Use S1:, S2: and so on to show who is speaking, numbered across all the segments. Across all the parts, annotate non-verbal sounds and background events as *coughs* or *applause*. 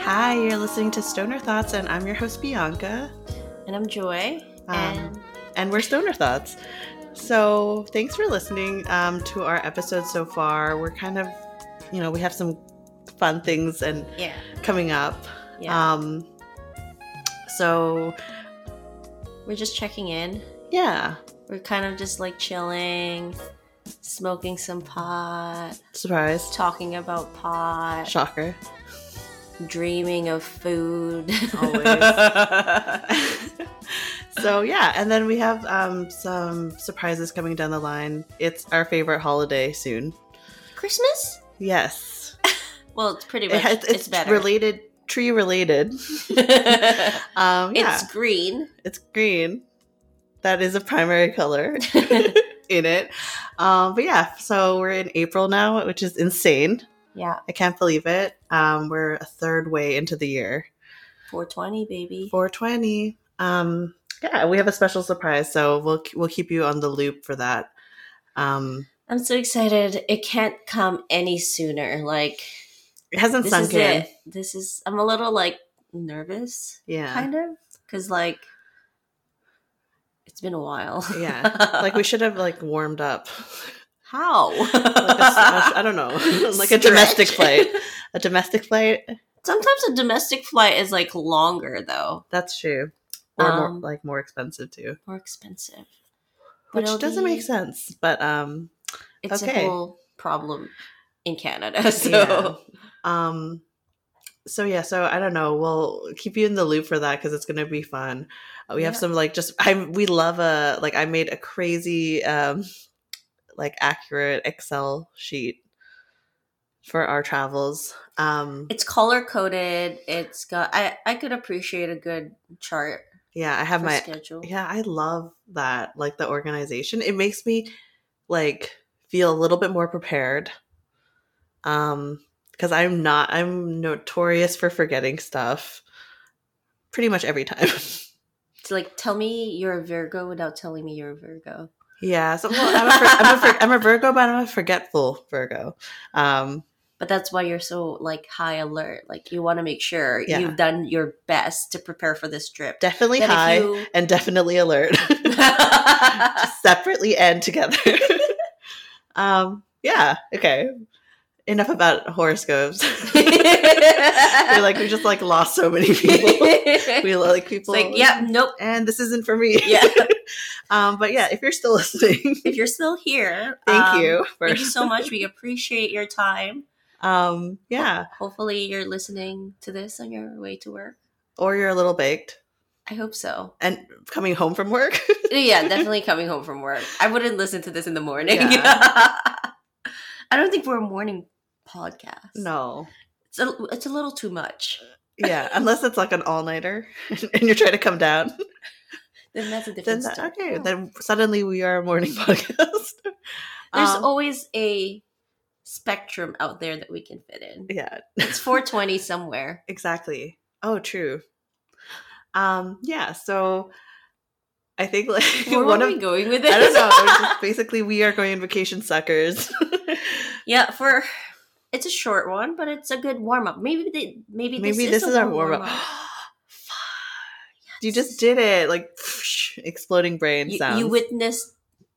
S1: Hi, you're listening to Stoner Thoughts, and I'm your host, Bianca,
S2: And I'm Joy.
S1: Um,
S2: and
S1: and we're Stoner Thoughts. So, thanks for listening um, to our episode so far. We're kind of, you know, we have some fun things and
S2: yeah,
S1: coming up.
S2: yeah.
S1: Um, so, uh,
S2: We're just checking in.
S1: yeah,
S2: We're kind of just like chilling, smoking some pot,
S1: surprise,
S2: talking about pot,
S1: shocker.
S2: dreaming of food.
S1: *laughs* so yeah, and then we have um, some surprises coming down the line. It's our favorite holiday soon.
S2: *laughs* Christmas?
S1: Yes,
S2: Well, it's pretty
S1: it
S2: much
S1: has,
S2: it's,
S1: it's,
S2: better.
S1: related, tree related.
S2: *laughs* it's
S1: Um, yeah, it's, *laughs*
S2: green.
S1: green. That is a primary color *laughs* in it. Um, but yeah, so we're in April now, which is insane.
S2: yeah,
S1: I can't believe it. Um, we're a third way into the year.
S2: 420 baby.
S1: 420. Um, yeah, we have a special surprise, so we'll we'll keep you on the loop for that. Um,
S2: I'm so excited. It can't come any sooner. Like
S1: it hasn't
S2: this
S1: sunk
S2: is
S1: in.
S2: it. This is I'm a little like nervous
S1: Yeah,
S2: kind of cuz like it's been a while. *laughs*
S1: yeah. Like we should have like warmed up.
S2: How?
S1: *laughs* Like a s- I don't know, *laughs*
S2: *laughs*
S1: like a domestic
S2: Stretch.
S1: flight. A domestic flight.
S2: *laughs* Sometimes a domestic flight is like longer though,
S1: That's true. Or more,
S2: Um,
S1: like more expensive too,
S2: more expensive. But
S1: which
S2: it'll
S1: doesn't
S2: be-
S1: make sense. But
S2: *laughs*
S1: um,
S2: It's
S1: Okay.
S2: a whole problem in Canada. *laughs* So
S1: um, so yeah, so I don't know. We'll keep you in the loop for that because it's gonna be fun. Uh, We have
S2: Yeah.
S1: some like just I we love a like I made a crazy um like accurate Excel sheet for our travels. Um,
S2: it's color coded. It's got I I could appreciate a good chart
S1: yeah, I
S2: for
S1: have my
S2: schedule.
S1: yeah I love that like the organization. It makes me like feel a little bit more prepared. Um, because I'm not I'm notorious for forgetting stuff pretty much every time. *laughs*
S2: It's like tell me you're a Virgo without telling me you're a Virgo.
S1: Yeah, so well, I'm, a, Vir- I'm, a, Vir- I'm a Virgo, but I'm a forgetful Virgo. Um,
S2: But that's why you're so like high alert. Like you want to make sure
S1: Yeah.
S2: you've done your best to prepare for this trip.
S1: definitely
S2: That if
S1: high
S2: you-
S1: *laughs* and definitely
S2: *laughs*
S1: alert, *laughs* separately and together. *laughs* um, yeah, okay. Enough about horoscopes. *laughs* We're like we just like lost so
S2: *laughs*
S1: many people.
S2: It's *laughs*
S1: we like people.
S2: like, yep, nope.
S1: And this isn't for me. *laughs*
S2: Yeah. *laughs*
S1: Um, but yeah, if you're still *laughs* listening,
S2: If you're still here,
S1: *laughs* thank
S2: um,
S1: you. For,
S2: Thank you so much. We appreciate your time.
S1: *laughs* um, yeah.
S2: Hopefully, you're listening to this on your way to work.
S1: Or you're a little baked
S2: I hope so.
S1: and coming home from work. *laughs*
S2: Yeah, definitely coming home from work. I wouldn't listen to this in the morning. *laughs* I don't think we're a morning podcast.
S1: no.
S2: It's a, it's a little too much.
S1: Yeah, unless it's like an all nighter *laughs* and you're trying to come down.
S2: Then that's a
S1: Then
S2: different
S1: that,
S2: story.
S1: okay,
S2: Yeah.
S1: then suddenly we are a morning *laughs* podcast.
S2: There's
S1: Um,
S2: always a spectrum out there that we can fit in.
S1: yeah,
S2: It's 420
S1: *laughs*
S2: somewhere.
S1: exactly. Oh, true. Um, yeah, so I think like *laughs*
S2: Where
S1: one
S2: are
S1: of
S2: we going with this?
S1: I don't know. it was just basically, we are going vacation suckers.
S2: *laughs*
S1: *laughs*
S2: yeah, for it's a short one, but it's a good warm up. Maybe they, maybe
S1: Maybe this
S2: this,
S1: is our
S2: good
S1: warm *gasps* up. You just did it, like *laughs* exploding brain
S2: *gasps* you,
S1: sounds.
S2: you witnessed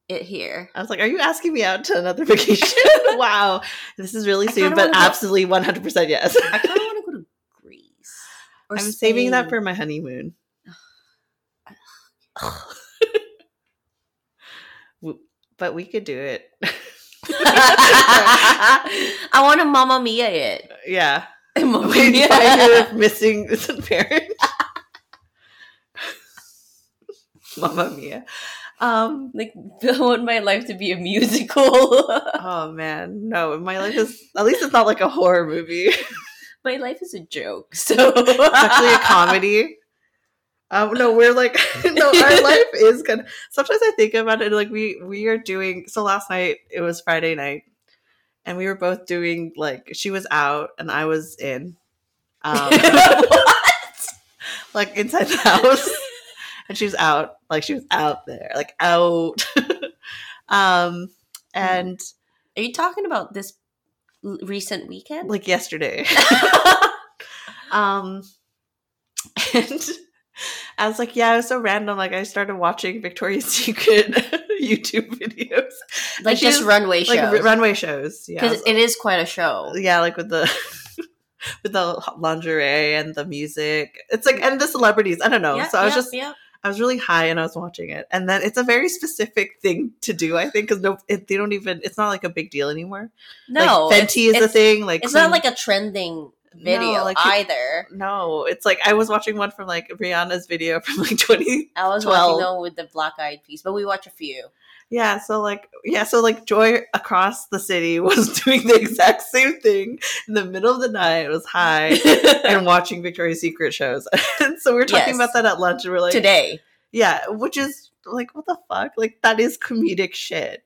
S2: it here.
S1: I was like, "Are you asking me out to another *laughs* vacation?" wow, this is really
S2: I
S1: soon,
S2: kinda
S1: but
S2: wanna go-
S1: absolutely one hundred percent yes.
S2: I kind *laughs* of want to go to Greece. Or
S1: I'm saving that
S2: Spain.
S1: for my
S2: *sighs*
S1: honeymoon. *laughs* W- but we could do it. *laughs*
S2: *laughs* I want to Mamma Mia
S1: *laughs*
S2: it.
S1: yeah.
S2: Mamma
S1: We
S2: Mia.
S1: find a missing *laughs* parent. Mamma mia. Um
S2: Like *laughs* I want my life to be a musical. *laughs*
S1: oh man, no, my life is at least it's not like a horror movie. *laughs* It's
S2: my life is a joke, so
S1: actually a
S2: *laughs*
S1: comedy. Um, no, we're like *laughs* no, our life is kind of sometimes I think about it like we we are doing so last night it was Friday night and we were both doing like she was out and I was in. Um
S2: *laughs*
S1: like inside the *laughs* house and she was out like she was out there like out *laughs* um and
S2: Are you talking about this l- recent weekend?
S1: like yesterday *laughs* Um, and I was like, yeah, it was so random. Like, I started watching Victoria's *laughs* Secret YouTube videos,
S2: like
S1: she
S2: just
S1: was,
S2: runway
S1: like r-
S2: shows.
S1: runway shows. Yeah, I
S2: because
S1: was
S2: it is quite a show.
S1: yeah like with the *laughs* with the lingerie and the music it's like and the celebrities i don't know
S2: Yeah,
S1: so i was
S2: yeah,
S1: just
S2: yeah.
S1: i was really high and i was watching it and then it's a very specific thing to do i think because no it, they don't even it's not like a big deal anymore
S2: no,
S1: like,
S2: it's-
S1: fenty is a
S2: it's-
S1: thing like
S2: It's not
S1: Queen-
S2: like a trending
S1: No,
S2: video
S1: like, pe-
S2: either.
S1: no it's like i was watching one from like rihanna's video from like *laughs* 20
S2: I was
S1: 12.
S2: watching the one with the black eyed piece, but we watch a few.
S1: yeah so like yeah so like joy across the city *laughs* was doing the exact same thing in the middle of the night it was
S2: *laughs*
S1: high and watching Victoria's Secret shows. *laughs* and so we were talking
S2: Yes.
S1: about that at lunch, and we're like,
S2: Today,
S1: yeah, which is like, what the fuck? Like that is comedic shit.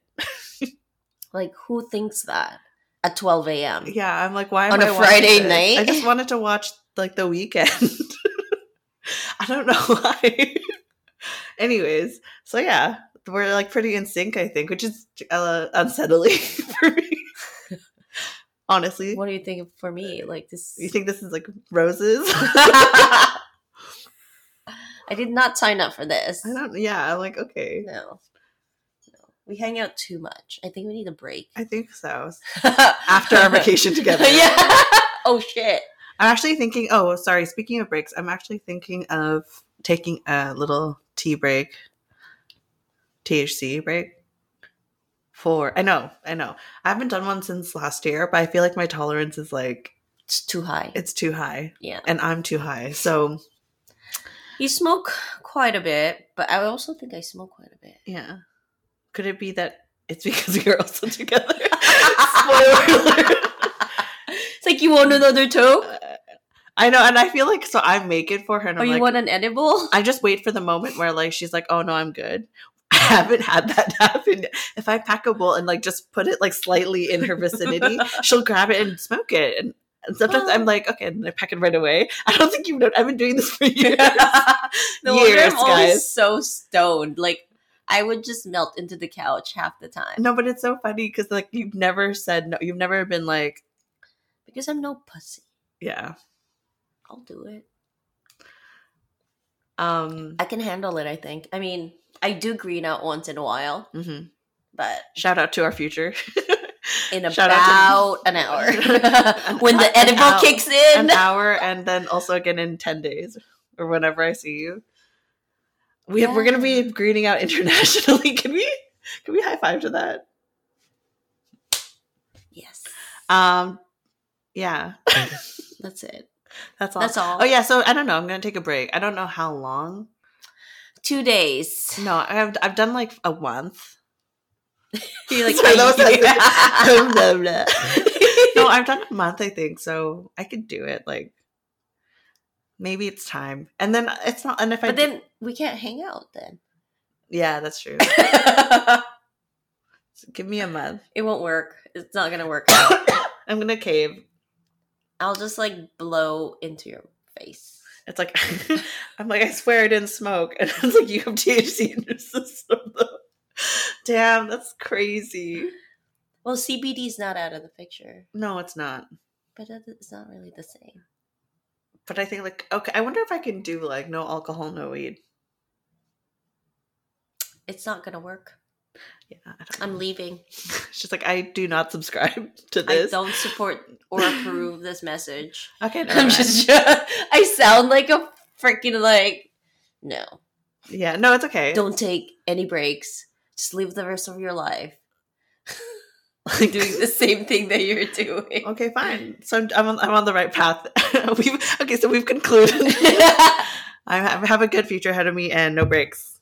S2: like who thinks that at 12 a.m.
S1: Yeah, I'm like, why am
S2: On
S1: I
S2: a
S1: watching
S2: Friday
S1: this?
S2: night?
S1: I just wanted to watch like the weekend. *laughs* I don't know *laughs* why. Anyways, so yeah, we're like pretty in sync, I think, which is uh, unsettling *laughs* for me. Honestly,
S2: What do you think for me? Like this,
S1: you think this is like roses? *laughs*
S2: I did not sign up for this.
S1: I don't. Yeah, I'm like okay.
S2: No, no, we hang out too much. I think we need a break
S1: I think
S2: *laughs*
S1: so. After our vacation together.
S2: yeah. Oh shit.
S1: I'm actually thinking. Oh, sorry. Speaking of breaks, I'm actually thinking of taking a little tea break, THC break. For I know, I know. I haven't done one since last year, but I feel like my tolerance is like
S2: It's too high.
S1: it's too high,
S2: Yeah.
S1: and I'm too high. So
S2: You smoke quite a bit, but I also think I smoke quite a bit.
S1: yeah, could it be that it's *laughs* because we're also together?
S2: *laughs*
S1: Spoiler alert.
S2: it's like you want
S1: Mm.
S2: another toke?
S1: I know, and I feel like so I make it for her, and
S2: Or
S1: I'm
S2: Oh, you
S1: like,
S2: want an edible?
S1: I just wait for the moment where like she's like, "Oh no, I'm good." *laughs* I haven't had that *laughs* happen. yet. If I pack a bowl and like just put it like slightly in her vicinity, she'll grab it and smoke it. And, and sometimes I'm like, "Okay," and I pack it right away. *laughs* I don't think you know. I've been doing this for years.
S2: *laughs* no wonder
S1: Years,
S2: I'm always
S1: guys.
S2: so stoned. Like I would just melt into the couch half the time
S1: no, but it's so funny because like you've never said no. You've never been like,
S2: because I'm no pussy.
S1: yeah.
S2: I'll do it.
S1: Um,
S2: I can handle it. I think. I mean, I do green out once in a while,
S1: mhm.
S2: but
S1: Shout out to our future. *laughs*
S2: in
S1: Shout out
S2: about
S1: *laughs*
S2: an hour
S1: An-
S2: when
S1: an
S2: the edible
S1: hour.
S2: kicks in. *laughs*
S1: an hour and then also again in 10 days or whenever I see you. We We're going to be greeting out *laughs* internationally. Can we? Can we high five to that?
S2: Yes,
S1: Um, yeah,
S2: that's it.
S1: that's all.
S2: That's all.
S1: Oh yeah, so I don't know. I'm gonna take a break. I don't know how long.
S2: Two
S1: *laughs*
S2: days.
S1: No, I've I've done like a month. *laughs*
S2: You're *laughs* like,
S1: Sorry,
S2: "Are you-"
S1: that was- *laughs* Blah,
S2: *laughs*
S1: blah. no, I've done a month. I think so. I could do it. Like maybe it's time. And then it's not. And if I
S2: but
S1: do-
S2: then we can't hang out
S1: *laughs*
S2: then.
S1: yeah, that's true. Give me a month.
S2: it won't work. It's not
S1: *coughs*
S2: gonna work. out.
S1: I'm gonna cave.
S2: I'll just like blow into your face.
S1: It's like *laughs* I'm like I swear I didn't smoke, and it's like you have THC in your system. Though. Damn, that's crazy.
S2: Well, CBD is not out of the picture,
S1: No, it's not.
S2: but it- it's not really the same.
S1: But I think like okay, I wonder if I can do like no alcohol, no weed.
S2: It's not gonna work.
S1: Yeah, I don't
S2: I'm
S1: know. *laughs*
S2: leaving.
S1: She's like I do not subscribe *laughs* to
S2: I
S1: this.
S2: don't support or approve this message.
S1: Okay, never
S2: *laughs* I'm
S1: mind.
S2: just. I sound like a freaking like. No,
S1: yeah. No, it's okay.
S2: don't take any breaks. Just live the rest of your life *laughs* doing
S1: *laughs*
S2: the same thing that you're doing.
S1: Okay, fine. So I'm I'm on, I'm on the right path. *laughs* we've okay, so we've
S2: *laughs*
S1: concluded. I have, have a good future ahead of me and no breaks.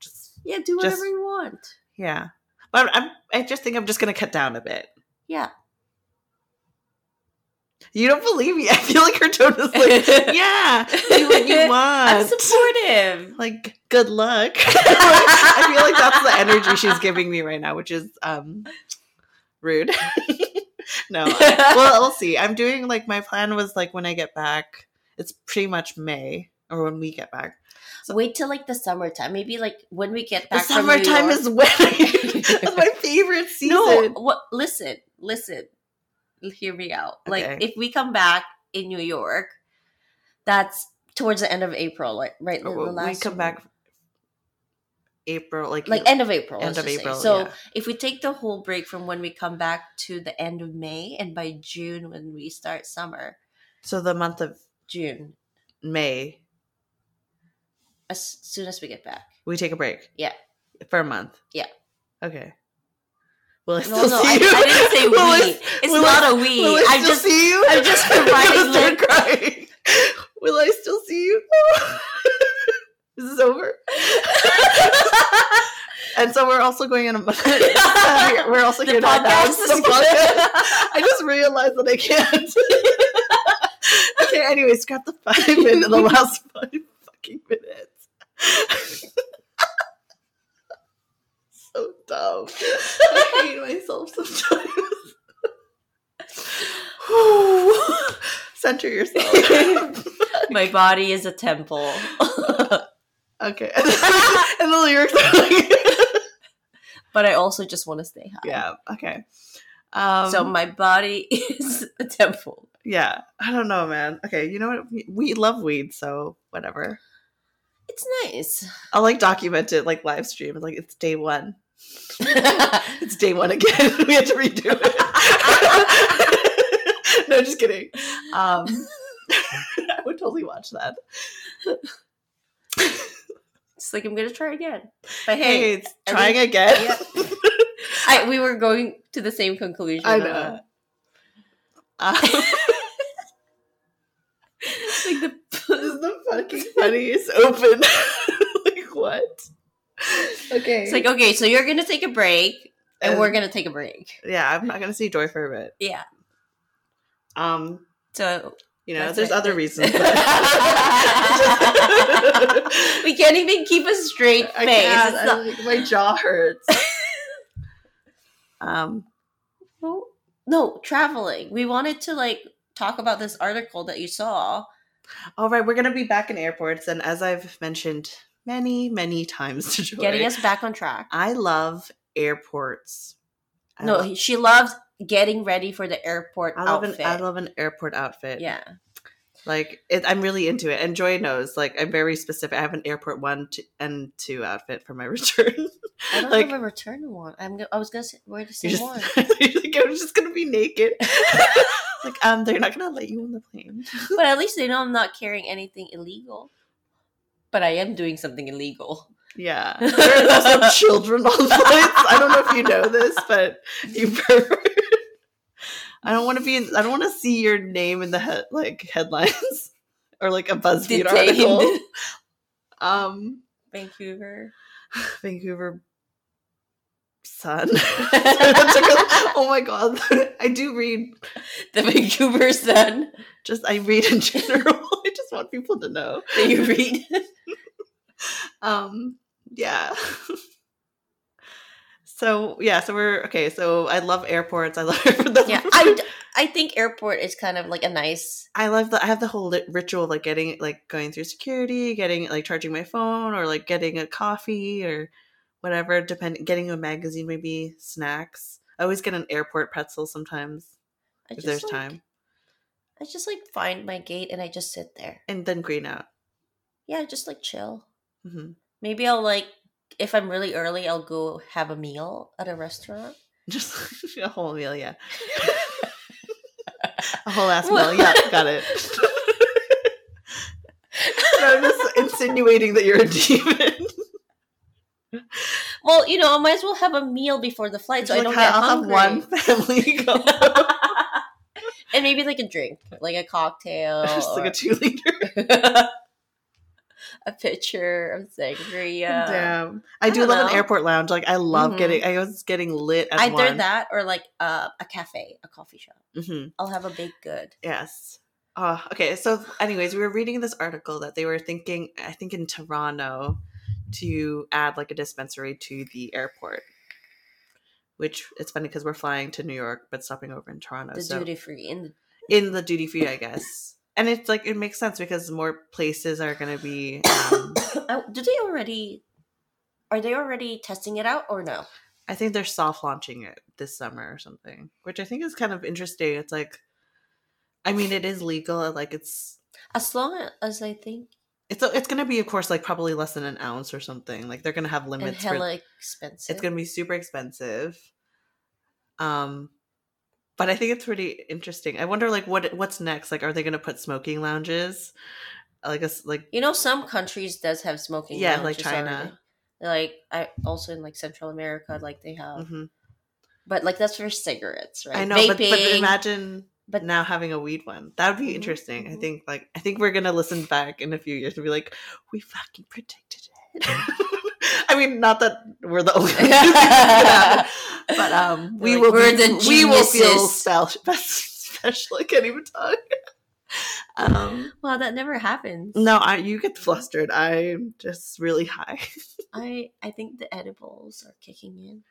S1: Just
S2: yeah, do whatever
S1: Just-
S2: you want. *laughs*
S1: Yeah. But I'm, I just think I'm just going to cut down a bit.
S2: Yeah.
S1: You don't believe me. *laughs* I feel like her tone is *laughs* like, yeah, do what *laughs* you
S2: I'm
S1: want. *laughs*
S2: supportive.
S1: Like, good luck. *laughs* I feel like that's the energy she's giving me right now, which is um rude. *laughs* no. I- well, we'll see. I'm doing like my plan was like when I get back, it's pretty much May or when we get back.
S2: *laughs* Wait till like the summertime. Maybe like when we get
S1: The
S2: back. from New
S1: summertime
S2: York-
S1: is when it's *laughs* my favorite season.
S2: no. What? Listen, listen. Hear me out.
S1: Okay.
S2: Like if we come back in New York, That's towards the end of April, like right the
S1: Oh, Well, we
S2: last
S1: come back April, like e,
S2: like end of April.
S1: end
S2: let's
S1: of
S2: just say.
S1: April,
S2: So
S1: yeah.
S2: if we take the whole break from when we come back to the end of May, and by June when we start summer,
S1: so the month of
S2: June
S1: May
S2: as soon as we get back.
S1: we take a break.
S2: Yeah.
S1: for a month.
S2: Yeah.
S1: Okay. Will I still
S2: Well, no,
S1: see
S2: I, I
S1: you?
S2: didn't
S1: *laughs*
S2: say
S1: Will I-
S2: we. it's
S1: will
S2: not
S1: I-
S2: a we.
S1: Will I
S2: I
S1: still
S2: just
S1: see you? *laughs*
S2: I'm just
S1: I'm gonna
S2: providing *laughs*
S1: start crying. *laughs* Will I still see you? *laughs* Is this over? *laughs* And so we're also going on a
S2: *laughs*
S1: we're also
S2: the
S1: going to announce
S2: podcast
S1: the
S2: is
S1: podcast.
S2: good.
S1: I just realized that I can't.
S2: *laughs*
S1: okay, anyway, scrap the five minutes, the
S2: *laughs*
S1: last five fucking minutes. *laughs* so dumb. I hate myself sometimes.
S2: *laughs*
S1: Whew. Center yourself.
S2: *laughs* *laughs* My body is a temple.
S1: okay. *laughs* and the lyrics are like. *laughs*
S2: but I also just want to stay high.
S1: yeah, okay. Um,
S2: so my body *laughs* is a temple.
S1: yeah, I don't know, man. Okay, you know what? We, we love weed, so whatever.
S2: It's nice.
S1: *laughs* I'll like document it like live stream. Like it's day
S2: *laughs*
S1: one. It's day one again. *laughs* we had to redo it. *laughs* no, just kidding. Um, *laughs* I would totally watch that.
S2: it's like I'm gonna try again. But
S1: Hey,
S2: hey,
S1: it's
S2: I
S1: trying
S2: think-
S1: again. *laughs*
S2: yeah. I, we were going to the same conclusion.
S1: I know.
S2: *laughs* uh,
S1: Um, *laughs*
S2: like the
S1: this is the fucking funniest open. *laughs* like what? Okay.
S2: It's like, okay, so you're gonna take a break, and,
S1: And-
S2: we're gonna take a break.
S1: yeah, I'm not gonna see Joy for a bit.
S2: Yeah.
S1: Um,
S2: So
S1: you know,
S2: That's
S1: there's
S2: it.
S1: other
S2: *laughs*
S1: reasons. but-
S2: we can't even keep a straight
S1: *laughs* I
S2: face.
S1: can't.
S2: It's
S1: I,
S2: not-
S1: like, my jaw hurts.
S2: *laughs*
S1: um,
S2: no, no, traveling. We wanted to like talk about this article that you saw.
S1: all right, we're gonna be back in airports, and as I've mentioned many, many times to Joy,
S2: Getting us back on track.
S1: I love airports. I
S2: no,
S1: love,
S2: he- she loves getting ready for the airport
S1: I love an
S2: outfit.
S1: I love an airport outfit.
S2: yeah.
S1: like it, I'm really into it, and Joy knows. Like I'm very specific. I have an airport one two, and two outfit for my *laughs* return.
S2: I don't
S1: Like-
S2: have a return one. I'm go- I was gonna say, wear the
S1: You're
S2: same
S1: just,
S2: *laughs*
S1: *laughs*
S2: one.
S1: you're like, I'm just gonna be
S2: *laughs*
S1: naked. like um, they're not gonna let you on the plane.
S2: but at least they know I'm not carrying anything illegal. But I am doing something illegal. *laughs*
S1: Yeah. There are some children on flights. I don't know if you know this, but
S2: *laughs*
S1: you pervert. *laughs* I don't want to be in, I don't want to see your name in the head like headlines *laughs* or like a BuzzFeed article.
S2: *laughs* Detained.
S1: Um
S2: Vancouver.
S1: Vancouver Sun. *laughs*
S2: *laughs*
S1: oh my god. *laughs* I do read
S2: the *laughs* Vancouver Sun
S1: just I read in general. *laughs* I just want people to know.
S2: that you read.
S1: um yeah *laughs* so yeah so we're okay so i love airports i love *laughs* the,
S2: yeah, I, I think airport is kind of like a nice.
S1: *laughs* i love the i have the whole lit- ritual of like getting like going through security getting like charging my phone or like getting a coffee or whatever depending getting a magazine maybe snacks i always get an airport pretzel sometimes
S2: I
S1: if
S2: just
S1: there's
S2: like,
S1: time
S2: I just like find my gate and I just sit there.
S1: and then green out
S2: Yeah, I just like chill.
S1: hmm
S2: Maybe I'll like if I'm really early, I'll go have a meal at a restaurant.
S1: *laughs* just *laughs* a whole meal yeah a whole ass meal yeah got
S2: *laughs*
S1: it I'm just insinuating that you're a demon.
S2: well, you know, I might as well have a meal before the flight, so I
S1: Like,
S2: don't get
S1: I'll
S2: hungry.
S1: have one family *laughs*
S2: *laughs*
S1: go.
S2: and maybe like a drink, like a cocktail,
S1: *laughs* just like
S2: or
S1: a two liter.
S2: a-, pitcher of sangria.
S1: Damn. I,
S2: I
S1: do
S2: don't
S1: love an
S2: know.
S1: airport lounge. Like I love
S2: Mhm.
S1: getting. I was getting lit at
S2: Either
S1: one.
S2: that or like uh, a cafe, a coffee shop.
S1: hmm
S2: I'll have a baked good.
S1: Yes. Oh, okay. So, anyways, we were reading this article that they were thinking. I think in Toronto, to add like a dispensary to the airport. Which it's funny because we're flying to New York, but stopping over in Toronto.
S2: The *coughs*
S1: so-
S2: duty free and
S1: in the duty free, I guess. And it's like it makes sense because more places are going to be. Um,
S2: I, Oh, do they already are they already testing it out or no?
S1: I think they're soft launching it this summer or something, which I think is kind of interesting. It's like, I mean, it is legal. Like it's
S2: As long as I think
S1: It's it's gonna be, of course, like probably less than an ounce or something. Like they're gonna have
S2: and
S1: limits. for-
S2: hella expensive.
S1: it's gonna be super expensive. Um, but I think it's pretty interesting. I wonder, like, what what's next? Like, are they gonna put smoking lounges? Like a s- like
S2: You know, some countries does have smoking.
S1: Yeah, like
S2: lounges
S1: China.
S2: already. Like I also in like Central America, like they have,
S1: mhm.
S2: but like that's for cigarettes, right?
S1: I know, but, but
S2: Vaping.
S1: imagine
S2: but-
S1: now having a weed one that would be
S2: Mhm,
S1: interesting. I
S2: mhm.
S1: think like I think we're gonna listen back in a few years and be like, we fucking predicted it. *laughs* I mean, not that we're the only, *laughs* ones who think that,
S2: *laughs*
S1: but um, we
S2: Like,
S1: will
S2: we're
S1: be,
S2: the
S1: we will feel
S2: geniuses.
S1: *laughs* special. Special, I can't even talk. Um,
S2: wow, that never happens.
S1: No, I you get flustered. I'm just really high.
S2: I I think the edibles are kicking in.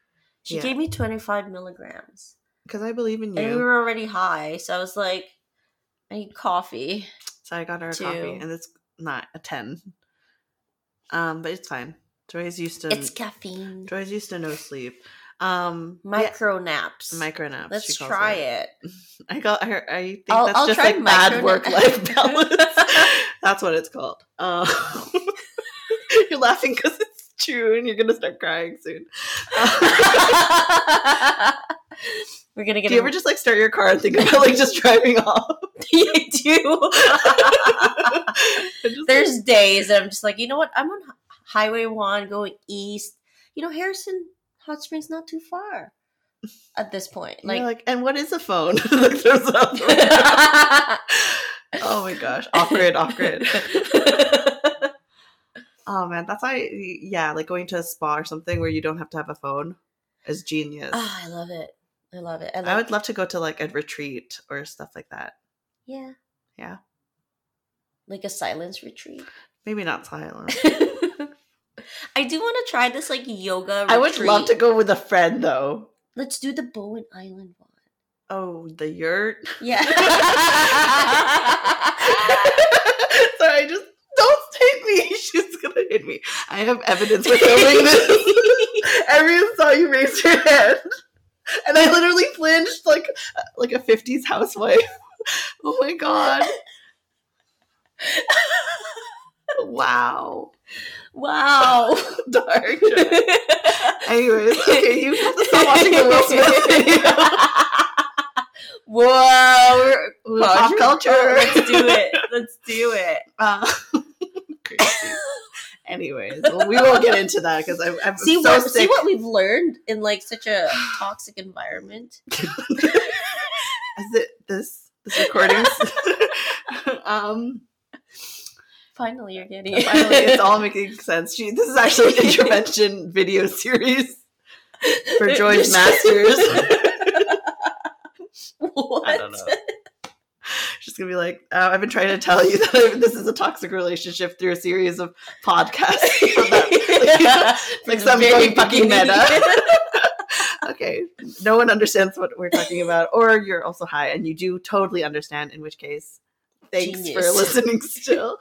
S2: She
S1: Yeah.
S2: gave me twenty five milligrams,
S1: Because I believe in
S2: and we
S1: you.
S2: were already high, so I was like, I need coffee.
S1: So I got her a coffee
S2: Two.
S1: and it's not a ten. Um, but it's fine. Joy's used to
S2: It's caffeine.
S1: Joy's used to no sleep. Um yeah,
S2: Micro naps.
S1: micro naps.
S2: Let's try it.
S1: *laughs*
S2: *laughs*
S1: I got her I think
S2: I'll-
S1: that's
S2: I'll
S1: just
S2: try
S1: like bad
S2: micro
S1: work life
S2: *laughs* nap.
S1: balance. *laughs* that's what it's called. Um, *laughs* you're laughing because it's true and you're gonna start crying soon. *laughs*
S2: We're gonna get.
S1: Do you ever just like start your car and think about like just driving
S2: *laughs*
S1: off? *laughs*
S2: you do.
S1: And just, like,
S2: *laughs* There's days that I'm just like, you know what? I'm on Hi- Highway One going east. You know, Harrison Hot Springs not too far. At this point,
S1: Like,
S2: like,
S1: You're like, and what is a phone? *laughs* Like, *laughs* there's
S2: *laughs*
S1: a- oh my gosh, off grid, off grid. *laughs* Oh man, that's why, yeah, like going to a spa or something where you don't have to have a phone is genius.
S2: *laughs* Ah, I love it. I love it. I, love
S1: I would love to go to like a retreat or stuff like that.
S2: Yeah.
S1: Yeah.
S2: Like a silence retreat.
S1: Maybe not
S2: *laughs*
S1: silent.
S2: I do want to try this like yoga. Retreat.
S1: I would love to go with a friend though.
S2: Let's do the Bowen Island one.
S1: Oh, the yurt. *laughs*
S2: *laughs* Yeah.
S1: Sorry, just don't hit me. *laughs* She's gonna hit me. I have evidence for
S2: *laughs*
S1: filming this. Everyone saw you raise your hand, and I literally flinched like like a '50s housewife. *laughs* Oh my god! Wow,
S2: wow.
S1: *laughs* dark. Anyways, okay, you have to stop watching the Will
S2: *laughs*
S1: Smith video.
S2: Whoa. Oh,
S1: Ooh, Pop culture.
S2: Let's do it. Let's do it.
S1: *laughs* Uh, crazy. Anyways, well, we won't get into that because I'm, I'm
S2: See
S1: so
S2: what
S1: sick.
S2: see what we've learned in like
S1: *sighs*
S2: such a toxic
S1: *laughs*
S2: environment.
S1: Is it this this recording? *laughs* um,
S2: Finally you're getting it.
S1: finally, it's all making sense. She, this is actually
S2: *laughs*
S1: an intervention video series for Joy's masters.
S2: *laughs* what?
S1: I don't know. She's gonna be like, uh, I've been trying to tell you *laughs* that I, this is a toxic relationship through a series of podcasts. *laughs* From
S2: *laughs*
S1: that, like, *laughs* like
S2: the
S1: some
S2: very
S1: going fucking
S2: beginning.
S1: meta. *laughs* okay, no one understands what we're talking about, or you're also high and you do totally understand. In which case, thanks for
S2: Genius.
S1: *laughs* listening.
S2: *laughs*
S1: Still,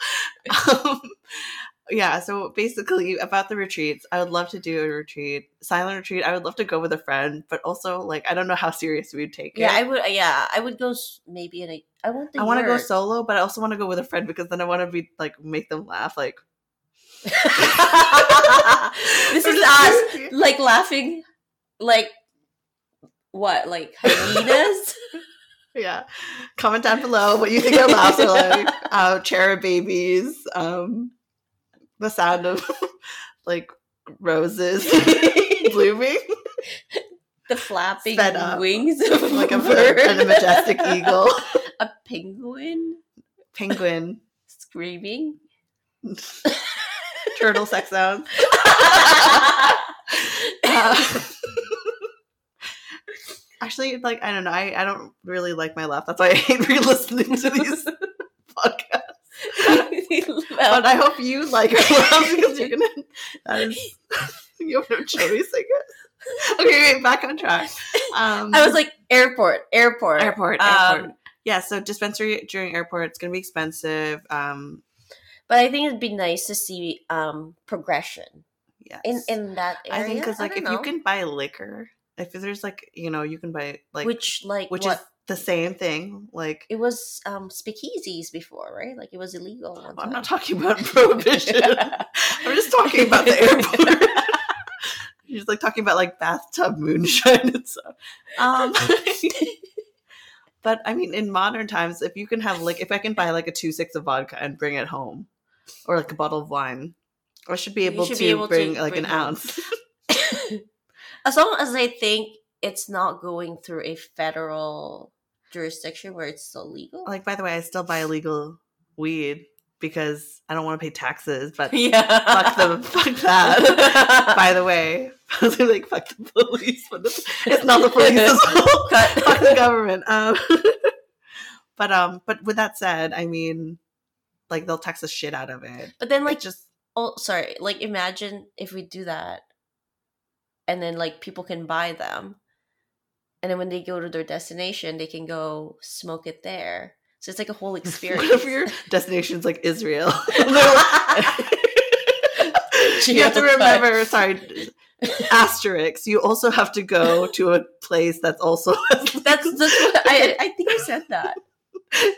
S1: um, yeah. So basically, about the retreats, I would love to do a retreat, silent retreat. I would love to go with a friend, but also like I don't know how serious we'd take
S2: *laughs* Yeah,
S1: it.
S2: I would. Yeah, I would go s- maybe in a. I want the.
S1: I want to go
S2: yurt.
S1: solo, but I also want to go with a friend because then I want to be like make them laugh.
S2: *laughs*
S1: Like
S2: this is us, *laughs* like laughing, like what, like
S1: *laughs*
S2: hyenas?
S1: Yeah. Comment down below what you think our laughs are
S2: *laughs*
S1: like. Uh, cherub babies. Um, the sound of *laughs* like roses *laughs* blooming,
S2: the flapping
S1: Sped up.
S2: wings
S1: *laughs*
S2: of
S1: like a
S2: bird,
S1: bird and a majestic eagle,
S2: *laughs* a penguin
S1: penguin,
S2: screaming. *laughs*
S1: turtle sex sounds. *laughs* Uh, *laughs* actually, like I don't know. I, I don't really like my laugh. That's why I hate re-listening to
S2: *laughs*
S1: these podcasts. *laughs* but I hope you like
S2: *laughs*
S1: her laugh because you're gonna. That is, *laughs* you have no choice, I guess. Okay, wait, back on track. Um,
S2: I was like airport, airport,
S1: airport,
S2: Um,
S1: airport. Yeah, so dispensary during airport, it's gonna be expensive. Um,
S2: But I think it'd be nice to see um progression
S1: yes.
S2: in in that
S1: I
S2: area.
S1: think because like
S2: don't
S1: if
S2: know.
S1: you can buy liquor, if there's like you know you can buy like
S2: which like
S1: which
S2: what?
S1: is the same thing. Like
S2: It was um speakeasies before, right? Like it was illegal. one
S1: I'm
S2: time.
S1: not talking about *laughs* prohibition.
S2: *laughs*
S1: *laughs* I'm just talking about the airport. *laughs* You're just like talking about like bathtub moonshine and stuff. Um, but I mean, in modern times, if you can have like, if I can buy like a two six of vodka and bring it home, or like a bottle of wine, I should be
S2: You
S1: able
S2: should
S1: to
S2: be able to
S1: bring like
S2: bring
S1: an
S2: home.
S1: ounce. *laughs*
S2: as long as I think it's not going through a federal jurisdiction where it's still legal. *laughs*
S1: Like, by the way, I still buy illegal weed because I don't want to pay taxes.
S2: *laughs*
S1: But *laughs*
S2: yeah.
S1: fuck the fuck that. By the way, *laughs* I was like, fuck the police. But it's it's
S2: *laughs*
S1: not the *laughs* police's fault.
S2: Cut.
S1: fuck the government. Um, *laughs* but um, but with that said, I mean, like they'll tax the shit out of it.
S2: But then,
S1: Like
S2: like,
S1: just
S2: oh, sorry. Like, imagine if we do that, and then like people can buy them, and then when they go to their destination, they can go smoke it there. So it's like
S1: *laughs*
S2: a whole experience.
S1: what if your destination's like Israel? *laughs* you have to remember. Sorry, asterisk. You also have to go to a place that's also
S2: *laughs*
S1: *laughs*
S2: That's, that's what I, I think I said that.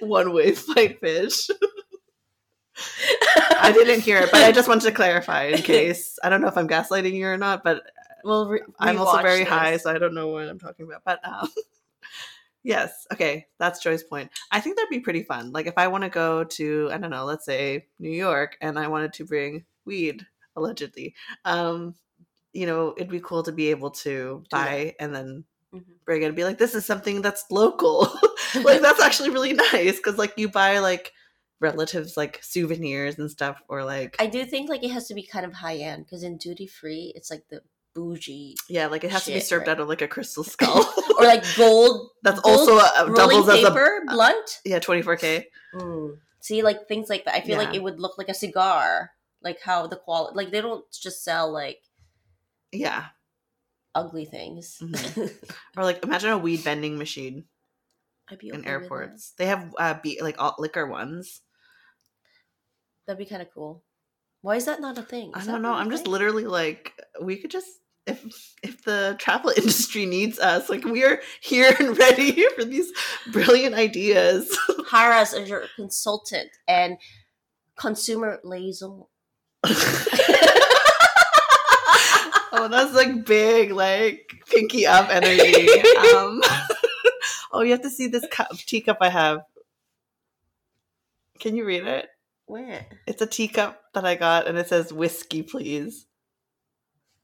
S1: one way flight fish. I didn't hear it, but
S2: *laughs*
S1: I just wanted to clarify *laughs* in case. I don't know if I'm gaslighting you or not, but
S2: Well, re-
S1: I'm also
S2: rewatch
S1: very
S2: this. *laughs*
S1: high, so I don't know what I'm talking about. But um, *laughs* yes, okay, that's Joy's point. I think that'd be pretty fun. Like if I want to go to, I don't know, let's say New York, and I wanted to bring weed allegedly, um, you know, it'd be cool to be able to buy and then
S2: Mhm.
S1: bring it and be like, this is something that's local. *laughs* like that's actually really *laughs* nice because like you buy like relatives like souvenirs and stuff, or like
S2: I do think like it has to be kind of high end because in duty free, it's like the bougie
S1: yeah, like it has to be
S2: Shit,
S1: served
S2: right.
S1: out of like a crystal
S2: *laughs*
S1: skull.
S2: or like gold.
S1: That's
S2: gold
S1: also a,
S2: rolling
S1: doubles as a uh,
S2: paper blunt.
S1: Yeah, 24K.
S2: Mm. See, like things like that. I feel like
S1: Yeah.
S2: it would look like a cigar. Like how the quality, like they don't just sell like
S1: Yeah.
S2: ugly things.
S1: Or like imagine a weed vending machine
S2: *laughs* I'd be okay
S1: in
S2: with
S1: airports. They have uh be- like all liquor ones.
S2: that. That'd be kind of cool. Why is that not a thing?
S1: I
S2: Is
S1: don't
S2: that
S1: know.
S2: not a
S1: I'm just
S2: thing?
S1: literally like we could just if if the travel *laughs* industry needs us, like we are here and ready *laughs* for these brilliant ideas.
S2: *laughs* hire us as your consultant and consumer liaison.
S1: Oh, that's like big, like pinky up energy. Um, oh, you have to see this cup, teacup I have. Can you read it?
S2: Where?
S1: It's a teacup that I got, and it says whiskey, please.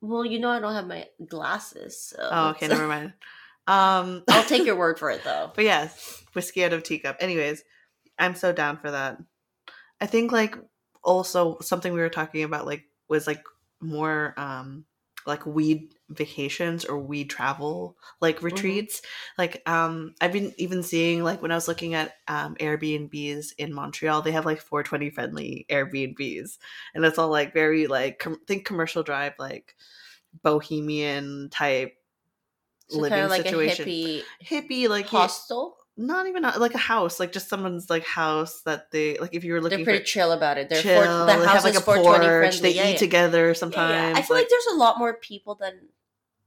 S2: Well, you know I don't have my glasses. So
S1: Oh,
S2: *laughs*
S1: okay, never mind. Um,
S2: I'll take your word for it
S1: *laughs*
S2: though.
S1: but yes, whiskey out of teacup. Anyways, I'm so down for that. I think like also something we were talking about like was like more um like weed vacations or weed travel
S2: Mm-hmm.
S1: like retreats. Like um I've been even seeing like when I was looking at um Airbnbs in Montreal, they have like 420 friendly Airbnbs and it's all like very like com- think commercial drive like bohemian type
S2: So
S1: living
S2: kind of like
S1: situation
S2: a hippie
S1: hippie like you-
S2: hostel.
S1: not even a- like a house, like just someone's like house that they like. If you were
S2: They're
S1: looking
S2: pretty
S1: for
S2: chill about it. They're
S1: chill,
S2: for, the
S1: they
S2: house
S1: have like
S2: is
S1: a
S2: 420
S1: porch.
S2: friendly.
S1: They
S2: yeah,
S1: eat
S2: yeah.
S1: together
S2: Yeah,
S1: sometimes.
S2: yeah. I feel like, there's a lot more people than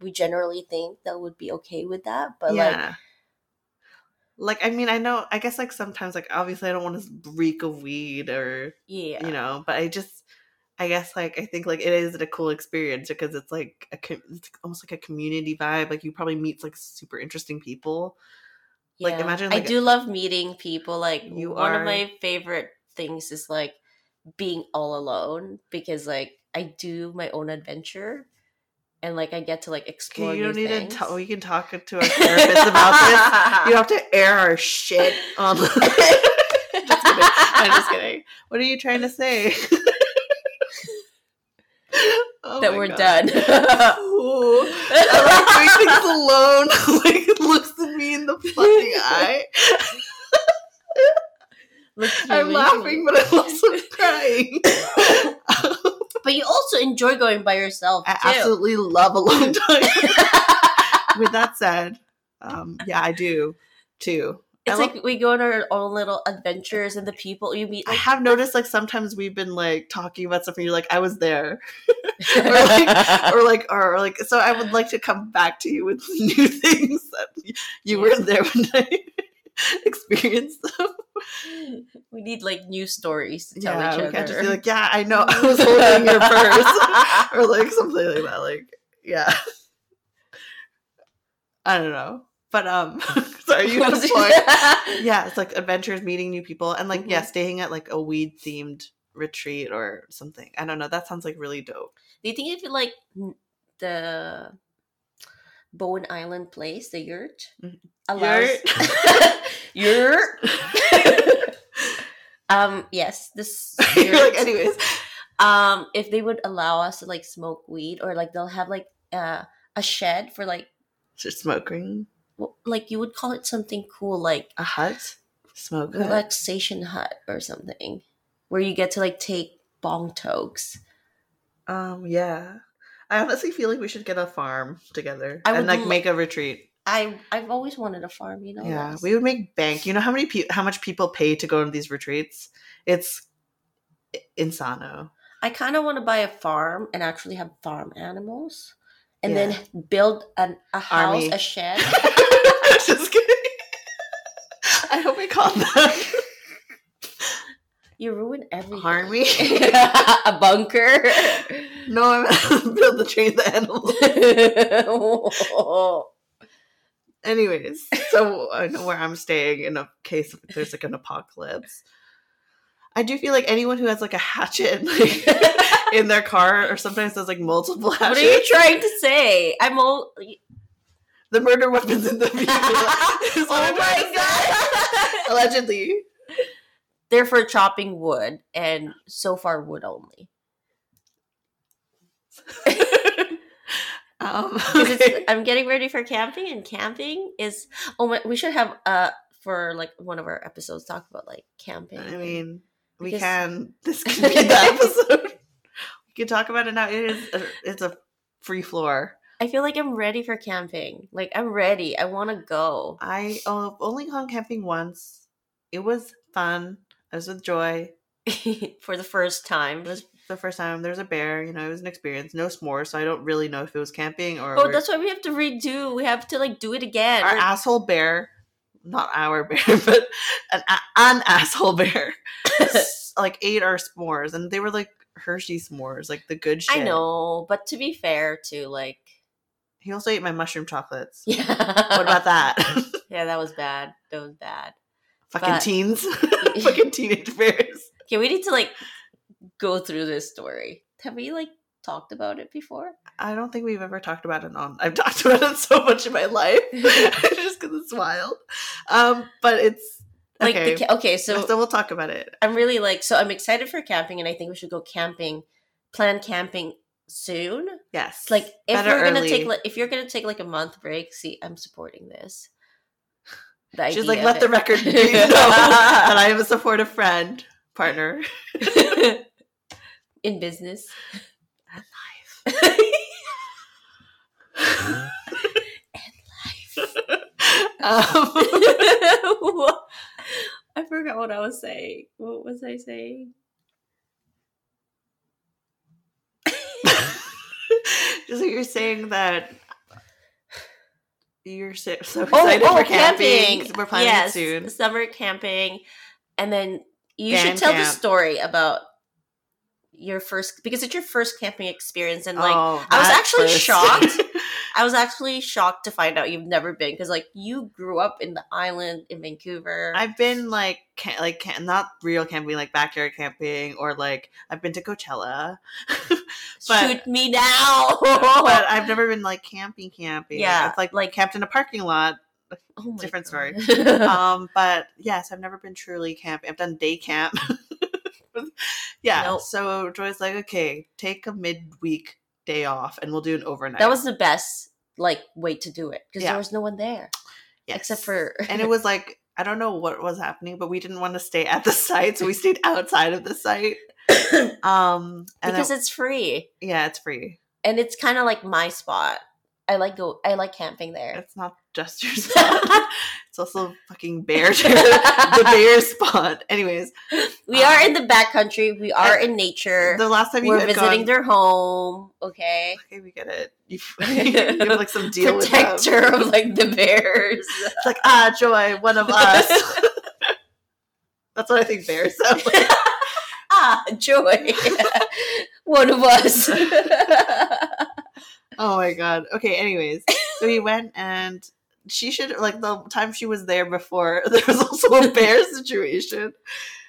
S2: we generally think that would be okay with that. But like,
S1: yeah. Like, I mean, I know. I guess like sometimes like obviously I don't want to reek of weed or
S2: yeah,
S1: you know, but I just. I guess like I think like it is a cool experience because it's like a com- it's almost like a community vibe. Like you probably meet like super interesting people. like,
S2: yeah.
S1: imagine,
S2: I
S1: like-
S2: do love meeting people. Like
S1: You
S2: one
S1: are-
S2: of my favorite things is like being all alone because like I do my own adventure and like I get to like explore.
S1: Okay, you don't
S2: new
S1: need
S2: things.
S1: to tell. We can talk to our therapist about this. You
S2: *laughs*
S1: don't have to air our shit on. *laughs* just kidding. I'm just kidding. *laughs* What are you trying to say? *laughs* Oh
S2: that
S1: my
S2: we're
S1: God. *laughs*
S2: done.
S1: Ooh. I like doing things alone.
S2: *laughs*
S1: *laughs* like looks at me in the fucking eye.
S2: Look,
S1: I'm
S2: you-
S1: laughing, but I'm also
S2: *laughs*
S1: crying.
S2: But you also enjoy going by yourself
S1: I
S2: too.
S1: absolutely love alone
S2: *laughs*
S1: time. With that said, um, yeah, I do too. I
S2: It's
S1: love-
S2: like we go on our own little adventures, and the people you meet.
S1: I
S2: Like,
S1: *laughs* have noticed like sometimes we've been like talking about something. You're like, I was there. *laughs* or like, or like, or like, *laughs* so I *laughs* would like to come back to you with new things that you were there one night. experience them.
S2: We need like new stories to tell
S1: yeah,
S2: each
S1: we
S2: other.
S1: can't just be
S2: *laughs*
S1: like, yeah, I know, I was holding your purse, *laughs* or like something like that. Like, yeah, I don't know. But um, *laughs* sorry, you
S2: *laughs*
S1: had a point. yeah, it's like adventures, meeting new people, and like yeah,
S2: Mhm.
S1: staying at like a weed themed retreat or something. I don't know. That sounds like really dope. *laughs*
S2: Do you think if it like n- the Bowen Island place, the yurt
S1: Mhm.
S2: allows *laughs* yurt?
S1: *laughs*
S2: um, yes, this
S1: You're like,
S2: yurt,
S1: anyways,
S2: um, if they would allow us to like smoke weed or like they'll have like uh, a shed for like
S1: just smoking
S2: w- like you would call it something cool like
S1: a hut, smoke. hut.
S2: relaxation hut or something where you get to like take bong tokes.
S1: Um, yeah. I honestly feel like we should get a farm together
S2: I
S1: and
S2: would
S1: like
S2: lo-
S1: make a retreat.
S2: I I've always wanted a farm, you know.
S1: yeah,
S2: that's-
S1: we would make bank. You know how many pe- how much people pay to go to these retreats? It's i- insano. *laughs*
S2: I kind of want to buy a farm and actually have farm animals, and
S1: Yeah.
S2: then build an, a house,
S1: Army.
S2: a shed.
S1: Just kidding. I hope we call that
S2: You ruin everything.
S1: army.
S2: *laughs* a
S1: *laughs*
S2: bunker.
S1: no, I'm *laughs* build the train the animals. Anyways, so I know where I'm staying in a case if there's like an apocalypse. I do feel like anyone who has like a hatchet *laughs* like, in their car or sometimes there's like multiple
S2: what are
S1: hatchets.
S2: you trying to say? I'm all.
S1: *laughs* the murder weapons in the vehicle. is
S2: *laughs* oh
S1: *laughs* what I'm trying to say.
S2: my
S1: *laughs*
S2: god!
S1: Allegedly.
S2: They're for chopping wood, and so far wood only.
S1: *laughs* Um,
S2: 'Cause it's-
S1: okay.
S2: I'm getting ready for camping, and camping is oh my. We should have uh for like one of our episodes talk about like camping.
S1: I
S2: and-
S1: mean, we
S2: Because-
S1: can.
S2: *laughs*
S1: This could be the episode. we can talk about it now. It is. A, it's a free floor.
S2: I feel like I'm ready for camping. Like I'm ready. I want to go. *laughs*
S1: I uh, only gone camping once. It was fun. I was with Joy.
S2: for the first time.
S1: It was the first time. There's a bear. You know, it was an experience. No s'mores, so I don't really know if it was camping or.
S2: Oh,
S1: we're-
S2: that's why we have to redo. We have to like do it again. *laughs*
S1: our asshole bear, not our *laughs* bear, but an, a- an asshole bear, *laughs* s- like ate our s'mores, and they were like Hershey s'mores, like the good shit.
S2: I know, but to be fair, to like,
S1: He also ate my mushroom chocolates.
S2: yeah,
S1: *laughs* What about that?
S2: *laughs*
S1: *laughs*
S2: yeah, that was bad. That was bad.
S1: Fucking
S2: But- *laughs*
S1: teens. *laughs* Fucking teenage bears.
S2: Okay, we need to like go through this story. Have we like talked about it before?
S1: I don't think we've ever talked about it on. I've talked about it so much in my life, *laughs* just because it's wild. Um, but it's
S2: Like,
S1: okay.
S2: the, ca- okay, so
S1: so we'll talk about it.
S2: I'm really like, so I'm excited for camping, and I think we should go camping, plan camping soon.
S1: Yes,
S2: like if
S1: Better
S2: you're gonna
S1: early.
S2: take like, if you're gonna take like a month break see i'm supporting this *sighs* The
S1: She's
S2: idea
S1: like,
S2: of
S1: let the
S2: it.
S1: record
S2: *laughs*
S1: be *laughs* known that I am a supportive friend, partner.
S2: *laughs* in business
S1: *laughs* um, *laughs*
S2: i forgot what *laughs* i was saying what was i saying
S1: just like you're saying that you're so, so
S2: oh,
S1: excited
S2: oh
S1: for camping. 'cause We're planning
S2: yes,
S1: it soon.
S2: summer camping and then you
S1: Band
S2: should tell the
S1: camp.
S2: story about your first because it's your first camping experience and like
S1: Oh,
S2: I was
S1: that
S2: actually
S1: first.
S2: shocked. I was actually shocked to find out you've never been because like you grew up in the island in Vancouver.
S1: *laughs* I've been like, ca- like ca- not real camping, like backyard camping, or like I've been to Coachella, *laughs*
S2: Oh,
S1: but-
S2: Shoot me now.
S1: but I've never been like camping, camping. I've,
S2: Yeah,
S1: like
S2: like-
S1: like camped in a parking lot.
S2: *laughs* Oh my
S1: different
S2: God.
S1: story.
S2: *laughs*
S1: um, but yes, I've never been truly camp. I've done day camp. *laughs* yeah.
S2: Nope.
S1: So Joy's like, okay, take a midweek day off, and we'll do an overnight.
S2: that was the best like way to do it because
S1: Yeah.
S2: there was no one
S1: *clears throat*
S2: there
S1: Yes.
S2: except for *laughs*
S1: and it was like I don't know what was happening, but we didn't want to stay at the *laughs* site, so we stayed outside of the site. Um, and
S2: because
S1: because
S2: it's free
S1: yeah, it's free.
S2: and it's kind of like my spot. I like go. I like camping there.
S1: It's not just *laughs* your
S2: *laughs*
S1: spot. it's also fucking bear ter- the bear spot. Anyways,
S2: We are in the backcountry. We are in nature.
S1: the last time you
S2: We're
S1: had
S2: visiting
S1: gone,
S2: their home. Okay.
S1: okay, we get it. You, *laughs* you have like some
S2: *laughs*
S1: deal with them.
S2: Protector of like the
S1: *laughs*
S2: bears.
S1: It's like ah, joy, one of *laughs* us. That's what I think bears sound like.
S2: ah, joy. *laughs* One
S1: *laughs*
S2: of us.
S1: *laughs* Oh my god. Okay, anyways. So we went and she should like the time she was there before *laughs* there was also a *laughs* bear situation.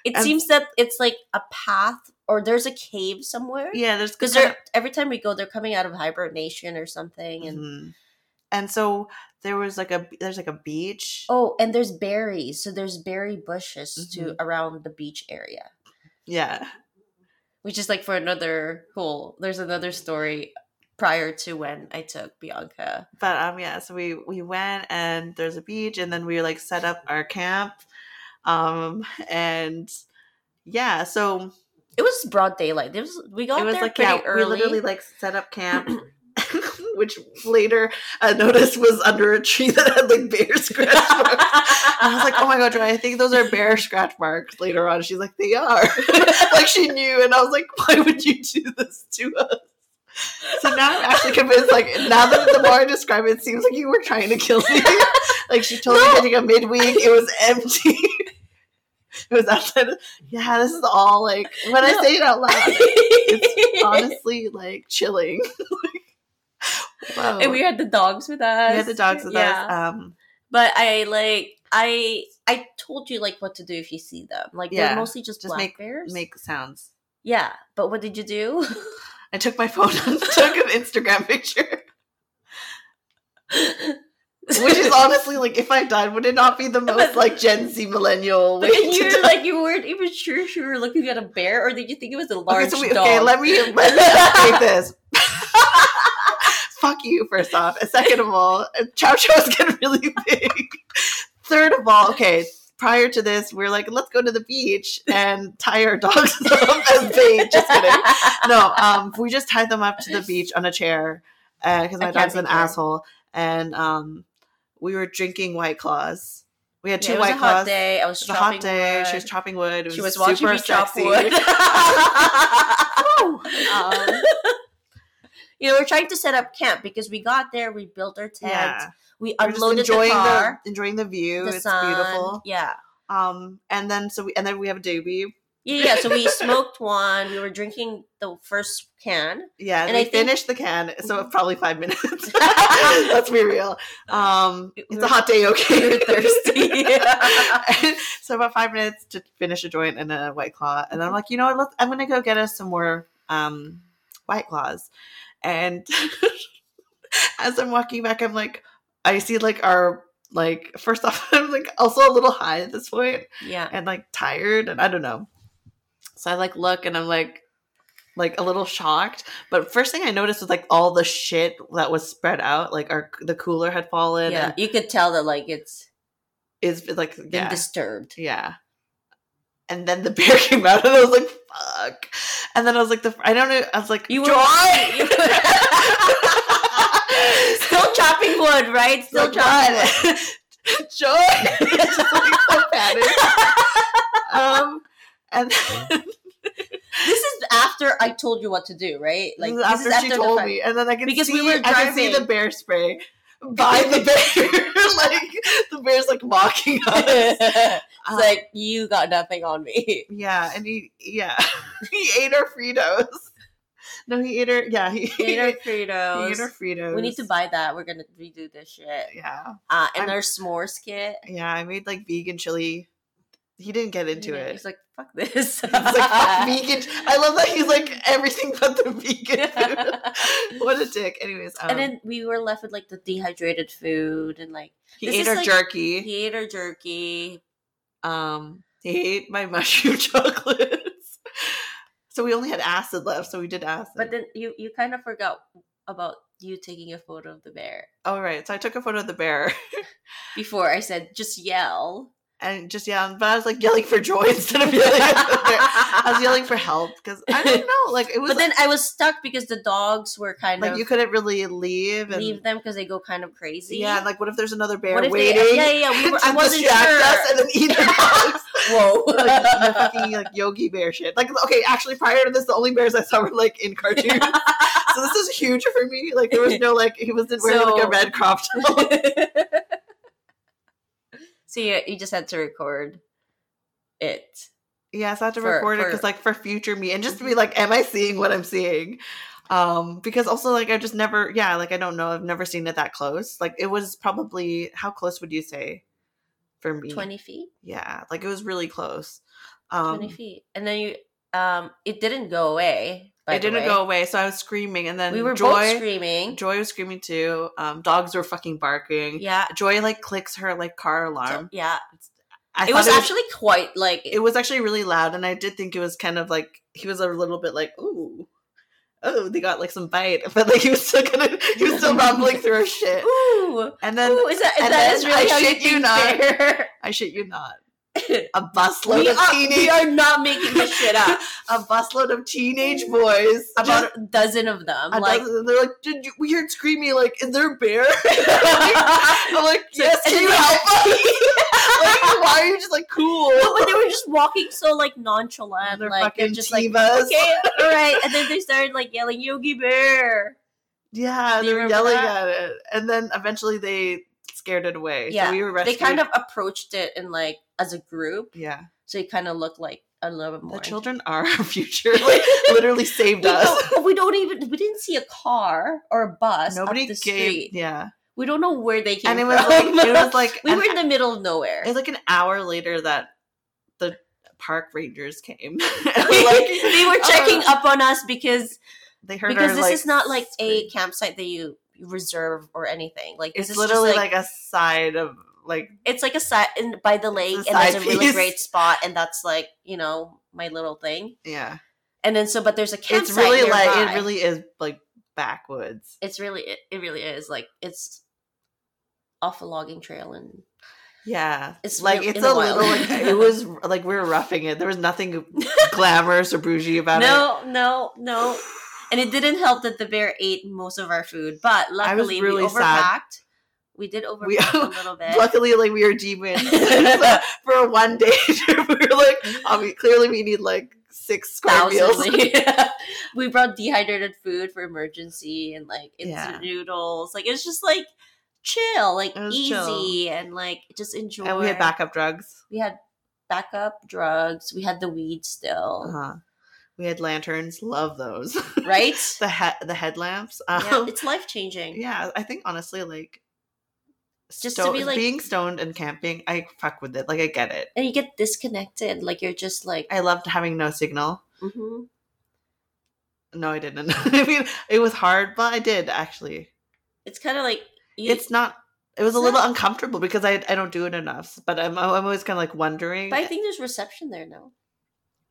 S2: it
S1: And-
S2: seems that it's like a path or there's a cave somewhere.
S1: Yeah, there's
S2: Because
S1: kinda-
S2: they're every time we go, they're coming out of hibernation or something, and
S1: Mhm. And so there was like a there's like a beach.
S2: oh, and there's berries, so there's berry bushes
S1: Mm-hmm.
S2: to around the beach area,
S1: Yeah.
S2: which is like for another whole. There's another story prior to when I took Bianca.
S1: But um yeah, so we we went and there's a beach and then we like set up our camp. Um and yeah, so
S2: It was broad daylight. It was we got
S1: it was
S2: there
S1: like
S2: pretty
S1: yeah, we
S2: early. *laughs*
S1: literally like set up
S2: *clears throat*
S1: camp, *laughs* which later I noticed was under a tree that had like bear
S2: *laughs*
S1: scratch marks. And I was like, oh my god, Joy, I think those are bear scratch marks. Later on, she's like, they are. *laughs* like she knew, and I was like, why would you do this to us? So now I'm actually convinced. Like now that the more I describe it, it seems like you were trying to kill me. *laughs* like she told me
S2: No.
S1: hitting a midweek, it was empty. *laughs* it was outside. of- yeah, this is all like when I
S2: No.
S1: say it out loud
S2: *laughs*
S1: honestly like chilling. *laughs* like, wow.
S2: and we had the dogs with us.
S1: We had the dogs with
S2: Yeah.
S1: us. Um,
S2: But I like I I told you like what to do if you see them. Like
S1: Yeah.
S2: they're mostly just,
S1: Just
S2: black bears.
S1: make sounds.
S2: yeah, but what did you do?
S1: I took my *laughs* phone
S2: *laughs*
S1: and took an Instagram picture, *laughs* which
S2: *laughs*
S1: is honestly like if I died, would it not be the most like Gen Z millennial way
S2: But
S1: *laughs*
S2: then
S1: to
S2: you're
S1: die?
S2: like you weren't even sure if you were looking at a bear or did you think it was a large
S1: Okay, so we,
S2: dog?
S1: okay, let me let me update this. *laughs* Fuck you, first off. And second of all, Chow Chow's get really *laughs* big. Third of all, okay, prior to this, we are like, let's go to the beach and tie our dogs *laughs* up as they just kidding.
S2: *laughs*
S1: No, um, we just tied them up to the beach on a chair because my
S2: A
S1: dog's an
S2: camping chair.
S1: asshole, and um, we were drinking White Claws. We had two
S2: Yeah, it was
S1: White
S2: a hot
S1: Claws.
S2: day. I was
S1: It was a hot day. She was chopping
S2: chopping
S1: wood. It was
S2: wood. She was watching
S1: super
S2: me chop
S1: sexy. *laughs*
S2: *laughs* wood.
S1: Um,
S2: Uh, you know, we're trying to set up camp because we got there, we built our tent,
S1: yeah,
S2: we
S1: We're just
S2: unloaded the
S1: enjoying
S2: car,
S1: enjoying the view.
S2: the,
S1: it's
S2: sun.
S1: beautiful.
S2: Yeah.
S1: Um, and then so we and then we have a doobie.
S2: Yeah, yeah. So we smoked one. We were drinking the first can.
S1: Yeah, and
S2: And I
S1: we
S2: think- Mm-hmm.
S1: finished the can. So probably five minutes.
S2: *laughs*
S1: Let's be real. Um,
S2: We
S1: it's
S2: were-
S1: a hot day. Okay,
S2: we
S1: *laughs*
S2: were thirsty.
S1: so about five minutes to finish a joint and a white claw, and I'm
S2: Mm-hmm.
S1: like, you know what? Let's, I'm gonna go get us some more um, white claws. And *laughs* as I'm walking back, I'm like, I see like our like first off, *laughs* I'm like also a little high at this point,
S2: Yeah.
S1: and like tired and I don't know. So I like look and I'm like like a little shocked. But first thing I noticed was like all the shit that was spread out. Like our the cooler had fallen.
S2: yeah.
S1: And
S2: You could tell that like it's
S1: is like
S2: been
S1: uh, yeah.
S2: disturbed.
S1: yeah. And then the *laughs* bear came out and I was like, fuck. And then I was like the I don't know I was like
S2: You were
S1: *laughs* "Joy!"
S2: you
S1: *laughs*
S2: were- still chopping wood, right? Still
S1: Like,
S2: chopping wood.
S1: *laughs* "What?" Joy It's *laughs* just like so
S2: *laughs*
S1: panicked. Um and then
S2: This is after I told you what to do, right?
S1: Like
S2: this
S1: after,
S2: is
S1: she
S2: the
S1: told
S2: fact-
S1: me, and then I can
S2: Because
S1: see,
S2: we were
S1: I can see the
S2: driving.
S1: bear spray by the bear, *laughs* like the bear's like
S2: *laughs*
S1: mocking us.
S2: it's
S1: Uh,
S2: like you got nothing
S1: *laughs*
S2: on me.
S1: yeah, and he yeah *laughs* he ate our Fritos. No, he ate her. Yeah, he,
S2: Eat our
S1: *laughs* he ate our
S2: Fritos.
S1: Fritos.
S2: We need to buy that. We're gonna redo this shit.
S1: Yeah,
S2: Uh, and
S1: I'm-
S2: our s'mores kit.
S1: yeah. I made like vegan chili. He didn't get into
S2: Yeah,
S1: it.
S2: He's like, fuck
S1: *laughs*
S2: this.
S1: He's like
S2: *laughs*
S1: "Fuck vegan. I love that he's like everything but the
S2: *laughs*
S1: vegan food. *laughs* what a dick. Anyways, um,
S2: and then we were left with like the dehydrated food and like
S1: he
S2: this
S1: ate
S2: is,
S1: our
S2: like,
S1: jerky.
S2: he ate our jerky.
S1: Um, he ate my *laughs* mushroom chocolates. so we only had acid left, so we did acid.
S2: But then you you kind of forgot about you taking a photo of the bear
S1: oh right, so I took a photo of the bear.
S2: before I said just yell.
S1: *laughs* and just yeah, but I was like yelling for joy *laughs* instead of yelling. I was yelling for help because I
S2: *laughs*
S1: don't know, like it was.
S2: but then I was stuck because the dogs were kind
S1: like
S2: of
S1: you couldn't really leave and
S2: leave them because they go kind of crazy.
S1: yeah, and like what if there's another bear
S2: What if they-
S1: waiting?
S2: yeah, yeah,
S1: *laughs*
S2: yeah, we were-
S1: to
S2: I wasn't
S1: distract
S2: sure.
S1: us and then eat our dogs.
S2: *laughs* Whoa.
S1: like the fucking like Yogi Bear shit. Like okay, actually prior to this, the only bears I saw were like in cartoons. *laughs* so this is huge for me. Like there was no like he wasn't wearing like
S2: So-
S1: a red crop top. *laughs*
S2: *laughs* so you, you just had to record it.
S1: Yes, I have to
S2: For-
S1: record it 'cause it
S2: for-
S1: because like for future me and just to be like, am I seeing what I'm seeing? Um, because also like I just never, yeah, like I don't know, I've never seen it that close. Like it was probably how close would you say for me?
S2: Twenty feet.
S1: Yeah, like it was really close. Um,
S2: Twenty feet. And then you um it didn't go away. by
S1: it
S2: the
S1: didn't
S2: way.
S1: go away, so I was screaming, and then
S2: We were both
S1: Joy,
S2: screaming.
S1: Joy was screaming too. Um, dogs were fucking barking.
S2: Yeah.
S1: Joy like clicks her like car alarm.
S2: So- yeah.
S1: I
S2: it
S1: thought
S2: was actually quite like
S1: it was actually really loud and i did think it was kind of like he was a little bit like ooh oh they got like some bite *laughs* but like he was still gonna he was still rumbling through her
S2: *laughs*
S1: shit
S2: Ooh.
S1: and then
S2: Ooh, is that,
S1: and
S2: that
S1: then
S2: is really
S1: I
S2: how
S1: shit you
S2: you
S1: not. *laughs*
S2: not.
S1: i shit you
S2: *laughs*
S1: not a busload
S2: we,
S1: of
S2: are, we
S1: teenage
S2: are not making this
S1: *laughs*
S2: shit up.
S1: a busload of teenage boys
S2: About a dozen of them.
S1: a
S2: *laughs* like
S1: dozen- they're like did you we heard screaming like is there a bear *laughs* i'm like
S2: *laughs* So-
S1: yes
S2: and
S1: can you
S2: then- *laughs*
S1: help us like why are you just like cool
S2: No, but they were just walking so like nonchalant,
S1: They're
S2: like they're
S1: fucking
S2: just like
S1: divas. *laughs*
S2: okay, all right, and then they started like yelling Yogi Bear.
S1: Yeah,
S2: Do
S1: they
S2: you
S1: were
S2: remember
S1: yelling
S2: that?
S1: at it, and then eventually they scared it away.
S2: Yeah,
S1: so we were
S2: They
S1: rescued.
S2: kind of approached it in like as a group,
S1: yeah.
S2: so it kind of looked like a little bit more.
S1: The children are *laughs* our future.
S2: *laughs*
S1: Like literally *laughs*
S2: We
S1: saved us.
S2: don't, we don't even we didn't see a car or a bus
S1: Nobody
S2: Nobody up the
S1: gave.
S2: street.
S1: Yeah,
S2: We don't know where they came
S1: and it was
S2: from. *laughs*
S1: like it was like
S2: we
S1: an,
S2: were in the middle of nowhere. *laughs*
S1: it was like an hour later that the park rangers came. *laughs* And we're
S2: *laughs*
S1: like,
S2: they were checking
S1: "Oh."
S2: up on us because
S1: They heard
S2: because
S1: our,
S2: this
S1: like,
S2: is not like a
S1: scream.
S2: campsite that you reserve or anything. Like this
S1: It's
S2: is
S1: literally
S2: just,
S1: like, a side of like
S2: it's like a side in, by the lake
S1: It's a
S2: and there's a
S1: side
S2: really
S1: piece.
S2: great spot and that's like you know my little thing
S1: yeah.
S2: and then so but there's a campsite
S1: It's really like
S2: nearby.
S1: it really is like backwoods.
S2: it's really it, it really is like it's off a logging trail and
S1: Yeah,
S2: It's
S1: like
S2: real-
S1: it's
S2: in the
S1: a
S2: wild.
S1: little. Like,
S2: *laughs*
S1: it was like we were roughing it. There was nothing glamorous or bougie about it.
S2: no no no and it didn't help that the bear ate most of our food but
S1: was
S2: luckily
S1: really
S2: we
S1: sad.
S2: overpacked we did overpack
S1: We-
S2: a
S1: *laughs*
S2: little bit
S1: Luckily, like we were demons *laughs*
S2: *laughs*
S1: So, for one day. *laughs* we were like, I mean, clearly we need like six square meals. *laughs*
S2: Thousands. Yeah. *laughs* we brought dehydrated food for emergency and like instant noodles. Like it's just like chill, like
S1: It was
S2: easy,
S1: chill.
S2: and like just
S1: *laughs*
S2: enjoy.
S1: And we had backup drugs.
S2: We had backup drugs. We had the weed still,
S1: Uh-huh. We had lanterns. Love those.
S2: right?
S1: *laughs* the he- the headlamps.
S2: yeah,
S1: Um,
S2: it's life changing.
S1: *laughs* yeah, I think honestly, like.
S2: Just to
S1: sto-
S2: be, like-
S1: being stoned and camping, I fuck with it. Like I get it.
S2: And you get disconnected. Like you're just like,
S1: I loved having no signal.
S2: mhm.
S1: No, I didn't. *laughs* I mean, it was hard, but I did actually.
S2: it's kind of like you,
S1: It's not. It was a
S2: It's
S1: little
S2: not-
S1: uncomfortable because I I don't do it enough. But I'm I'm always kind of like wondering.
S2: But I think there's reception there now.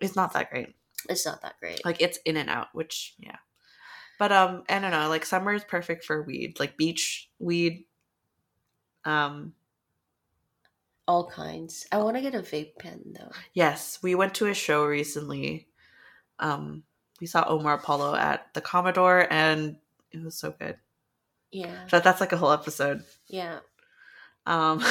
S1: it's not that great.
S2: It's not that great.
S1: Like it's in and out, which yeah. But um, I don't know. Like summer is perfect for weed, like beach weed. Um.
S2: All kinds. I want to get a vape pen though.
S1: Yes, we went to a show recently. Um, we saw Omar Apollo at the Commodore, and it was so good.
S2: Yeah,
S1: But that's like a whole episode.
S2: yeah.
S1: Um.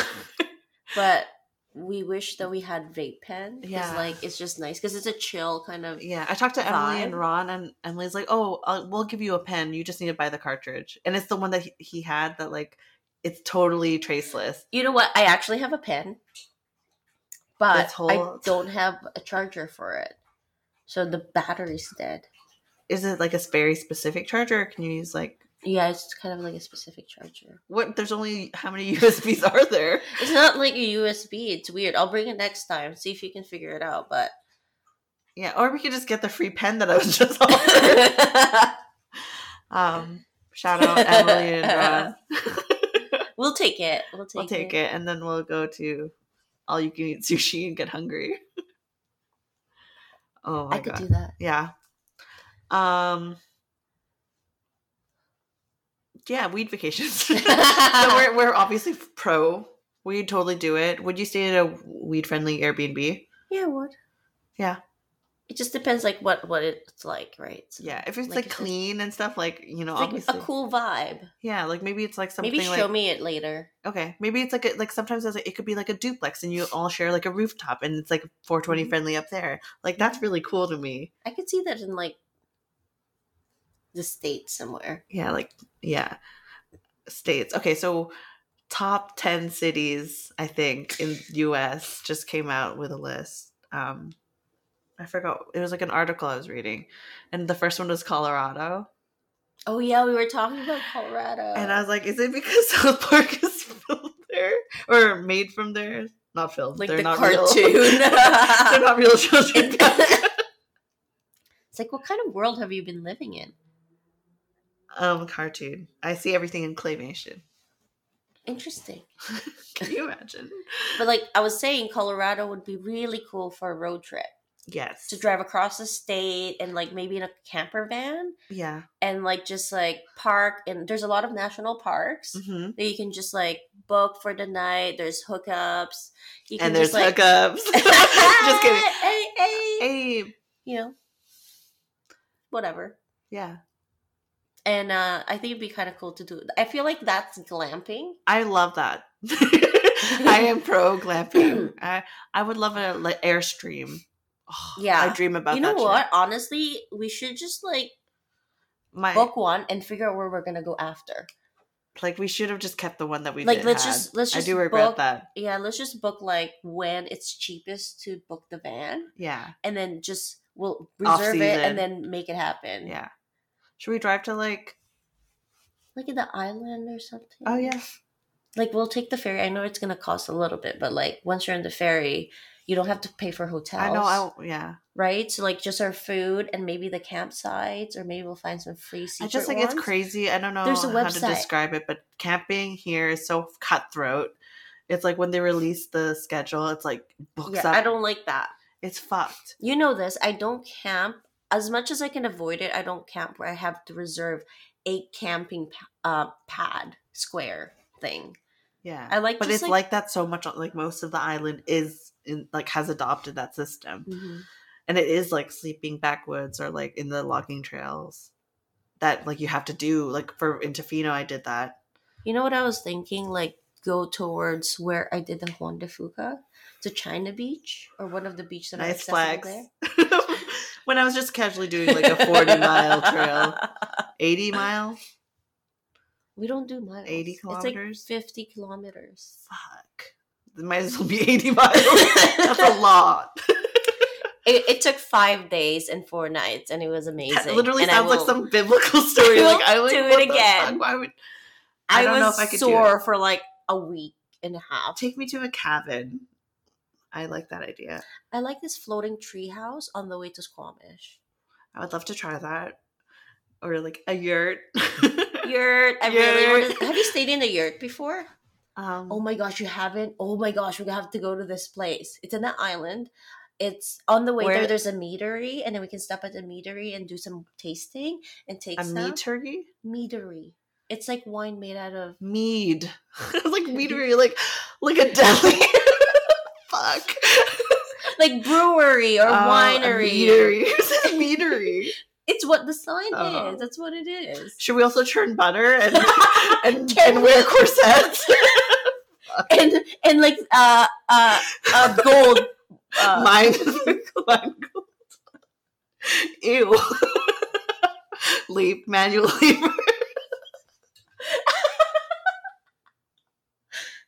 S1: *laughs*
S2: but we wish that we had vape pen because
S1: Yeah.
S2: like it's just nice because it's a chill kind of
S1: Yeah, I talked to Emily and
S2: vibe.
S1: Ron, and Emily's like, "Oh, I'll, we'll give you a pen. You just need to buy the cartridge." And it's the one that he, he had that like it's totally traceless.
S2: you know what i actually have a pen but
S1: This whole-
S2: i don't have a charger for it so the battery's dead
S1: Is it like a very specific charger? Or can you use like
S2: yeah it's kind of like a specific charger
S1: what? There's only how many *laughs* USBs are there?
S2: it's not like a usb it's weird i'll bring it next time see if you can figure it out but *laughs*
S1: Yeah, or we could just get the free pen that I was just *laughs* offered. um, shout out Emily
S2: *laughs*
S1: and Ron.
S2: we'll take it we'll take,
S1: we'll take it, and then we'll go to all you can eat sushi and get hungry. *laughs* Oh my
S2: i could
S1: god.
S2: do that
S1: Yeah. Um. *laughs*
S2: *laughs*
S1: Yeah, weed vacations. so we're we're obviously pro Will you totally do it? Would you stay at a weed friendly Airbnb?
S2: Yeah, I would.
S1: Yeah.
S2: It just depends, like what what it's like, right? So
S1: Yeah, if it's
S2: Like
S1: like,
S2: if it's-
S1: clean and stuff, like you know,
S2: it's like
S1: obviously,
S2: a cool vibe.
S1: yeah, like maybe it's like something
S2: Maybe show
S1: like
S2: me it later.
S1: okay, maybe it's like a, like sometimes it's like, it could be like a duplex and you all share like a rooftop and it's like 420
S2: Mhm.
S1: friendly up there. Like that's
S2: Mm-hmm.
S1: really cool to me.
S2: I could see that in like the state somewhere.
S1: Yeah, like yeah, states. Okay, so top ten cities I think in U.S. just came out with a list. Um, I forgot it was like an article I was reading, and the first one was Colorado,
S2: Oh yeah, we were talking about Colorado.
S1: and I was like, is it because *laughs* South Park is filmed there or made from there? Not filmed.
S2: Like
S1: They're
S2: the
S1: not
S2: cartoon.
S1: Real. *laughs*
S2: *laughs*
S1: They're not real children.
S2: it's like, what kind of world have you been living in?
S1: um, cartoon. I see everything in claymation.
S2: Interesting.
S1: Can you imagine?
S2: But like I was saying, Colorado would be really cool for a road trip
S1: Yes.
S2: to drive across the state and like maybe in a camper van
S1: Yeah.
S2: and like just like park. And there's a lot of national parks
S1: hmm
S2: that you can just like book for the night. There's hookups. You
S1: and
S2: can
S1: there's
S2: just, like, *laughs*
S1: hookups. *laughs* Just kidding.
S2: Hey, hey.
S1: Hey,
S2: You know, whatever.
S1: yeah,
S2: And uh, I think it'd be kind of cool to do. I feel like that's glamping.
S1: I love that. *laughs* I am pro
S2: *laughs*
S1: glamping. I I would love a like, airstream. Oh,
S2: Yeah.
S1: I dream about.
S2: you know
S1: that shit.
S2: what? Honestly, we should just like
S1: My
S2: book one and figure out where we're gonna go after.
S1: like we should have just kept the one that we
S2: Like,
S1: did
S2: let's
S1: have.
S2: just- let's just
S1: I do regret
S2: book-
S1: that.
S2: Yeah, let's just book like when it's cheapest to book the van,
S1: Yeah,
S2: and then just we'll
S1: Off
S2: reserve it
S1: season.
S2: and then make it happen.
S1: yeah. Should we drive to like?
S2: like at the island or something.
S1: Oh yeah,
S2: like we'll take the ferry. I know it's gonna cost a little bit, but like once you're on the ferry, you don't have to pay for hotels.
S1: I know. I yeah.
S2: right? So like just our food and maybe the campsites, or maybe we'll find some free. Secret
S1: I just think it's
S2: ones.
S1: crazy. I don't know
S2: There's a
S1: how to
S2: website.
S1: describe it, but camping here is so cutthroat. It's like when they release the schedule, it's like books
S2: Yeah,
S1: up.
S2: I don't like that.
S1: It's fucked.
S2: You know this. I don't camp as much as I can avoid it. I don't camp where I have to reserve a camping pa- uh, pad square thing.
S1: Yeah.
S2: I like,
S1: but
S2: just,
S1: it's like, that so much like most of the island is in, like has adopted that system
S2: Mhm.
S1: and it is like sleeping backwoods or like in the logging trails that like you have to do like for in Tofino I did that
S2: you know what I was thinking, like. Go towards where I did the Juan de Fuca to China Beach or one of the beach that
S1: nice
S2: are accessible
S1: flags
S2: there.
S1: *laughs* when I was just casually doing like a 40 mile trail 80 mile
S2: *laughs* We don't do miles.
S1: 80 kilometers?
S2: It's like 50 kilometers.
S1: fuck it might as well be 80 miles that's
S2: *laughs*
S1: a lot *laughs*
S2: It, it took five days and four nights, and it was amazing.
S1: that literally
S2: And I
S1: sounds like
S2: will-
S1: some biblical
S2: *laughs*
S1: story
S2: I
S1: like
S2: will
S1: I like
S2: do it
S1: what the
S2: again.
S1: fuck? why would I
S2: I,
S1: don't
S2: was
S1: know if I could do
S2: sore for like a week and a half.
S1: take me to a cabin I like that idea
S2: I like this floating tree house on the way to Squamish.
S1: I would love to try that. Or like a yurt. *laughs*
S2: Yurt. I really
S1: Yurt. *laughs*
S2: want to. Have you stayed in a yurt before?
S1: um,
S2: Oh my gosh, you haven't? Oh my gosh, we have to go to this place. It's in the island. It's on the way
S1: Where-
S2: there. There's a meadery, and then we can stop at the meadery and do some tasting and take
S1: a
S2: some
S1: mead turkey?
S2: meadery. It's like wine made out of
S1: Mead. *laughs* it's like meadery, like like a deli. *laughs* Fuck.
S2: like brewery or
S1: Uh, a
S2: winery.
S1: meadery. *laughs* It says meadery.
S2: It's what the sign
S1: Oh.
S2: is. That's what it is.
S1: Should we also churn butter
S2: *laughs*
S1: and and,
S2: Can
S1: and wear
S2: *laughs*
S1: corsets?
S2: And and like uh uh, uh gold. Uh,
S1: *laughs*
S2: *laughs*
S1: mine, mine gold. Ew. *laughs* Leap, manual leap.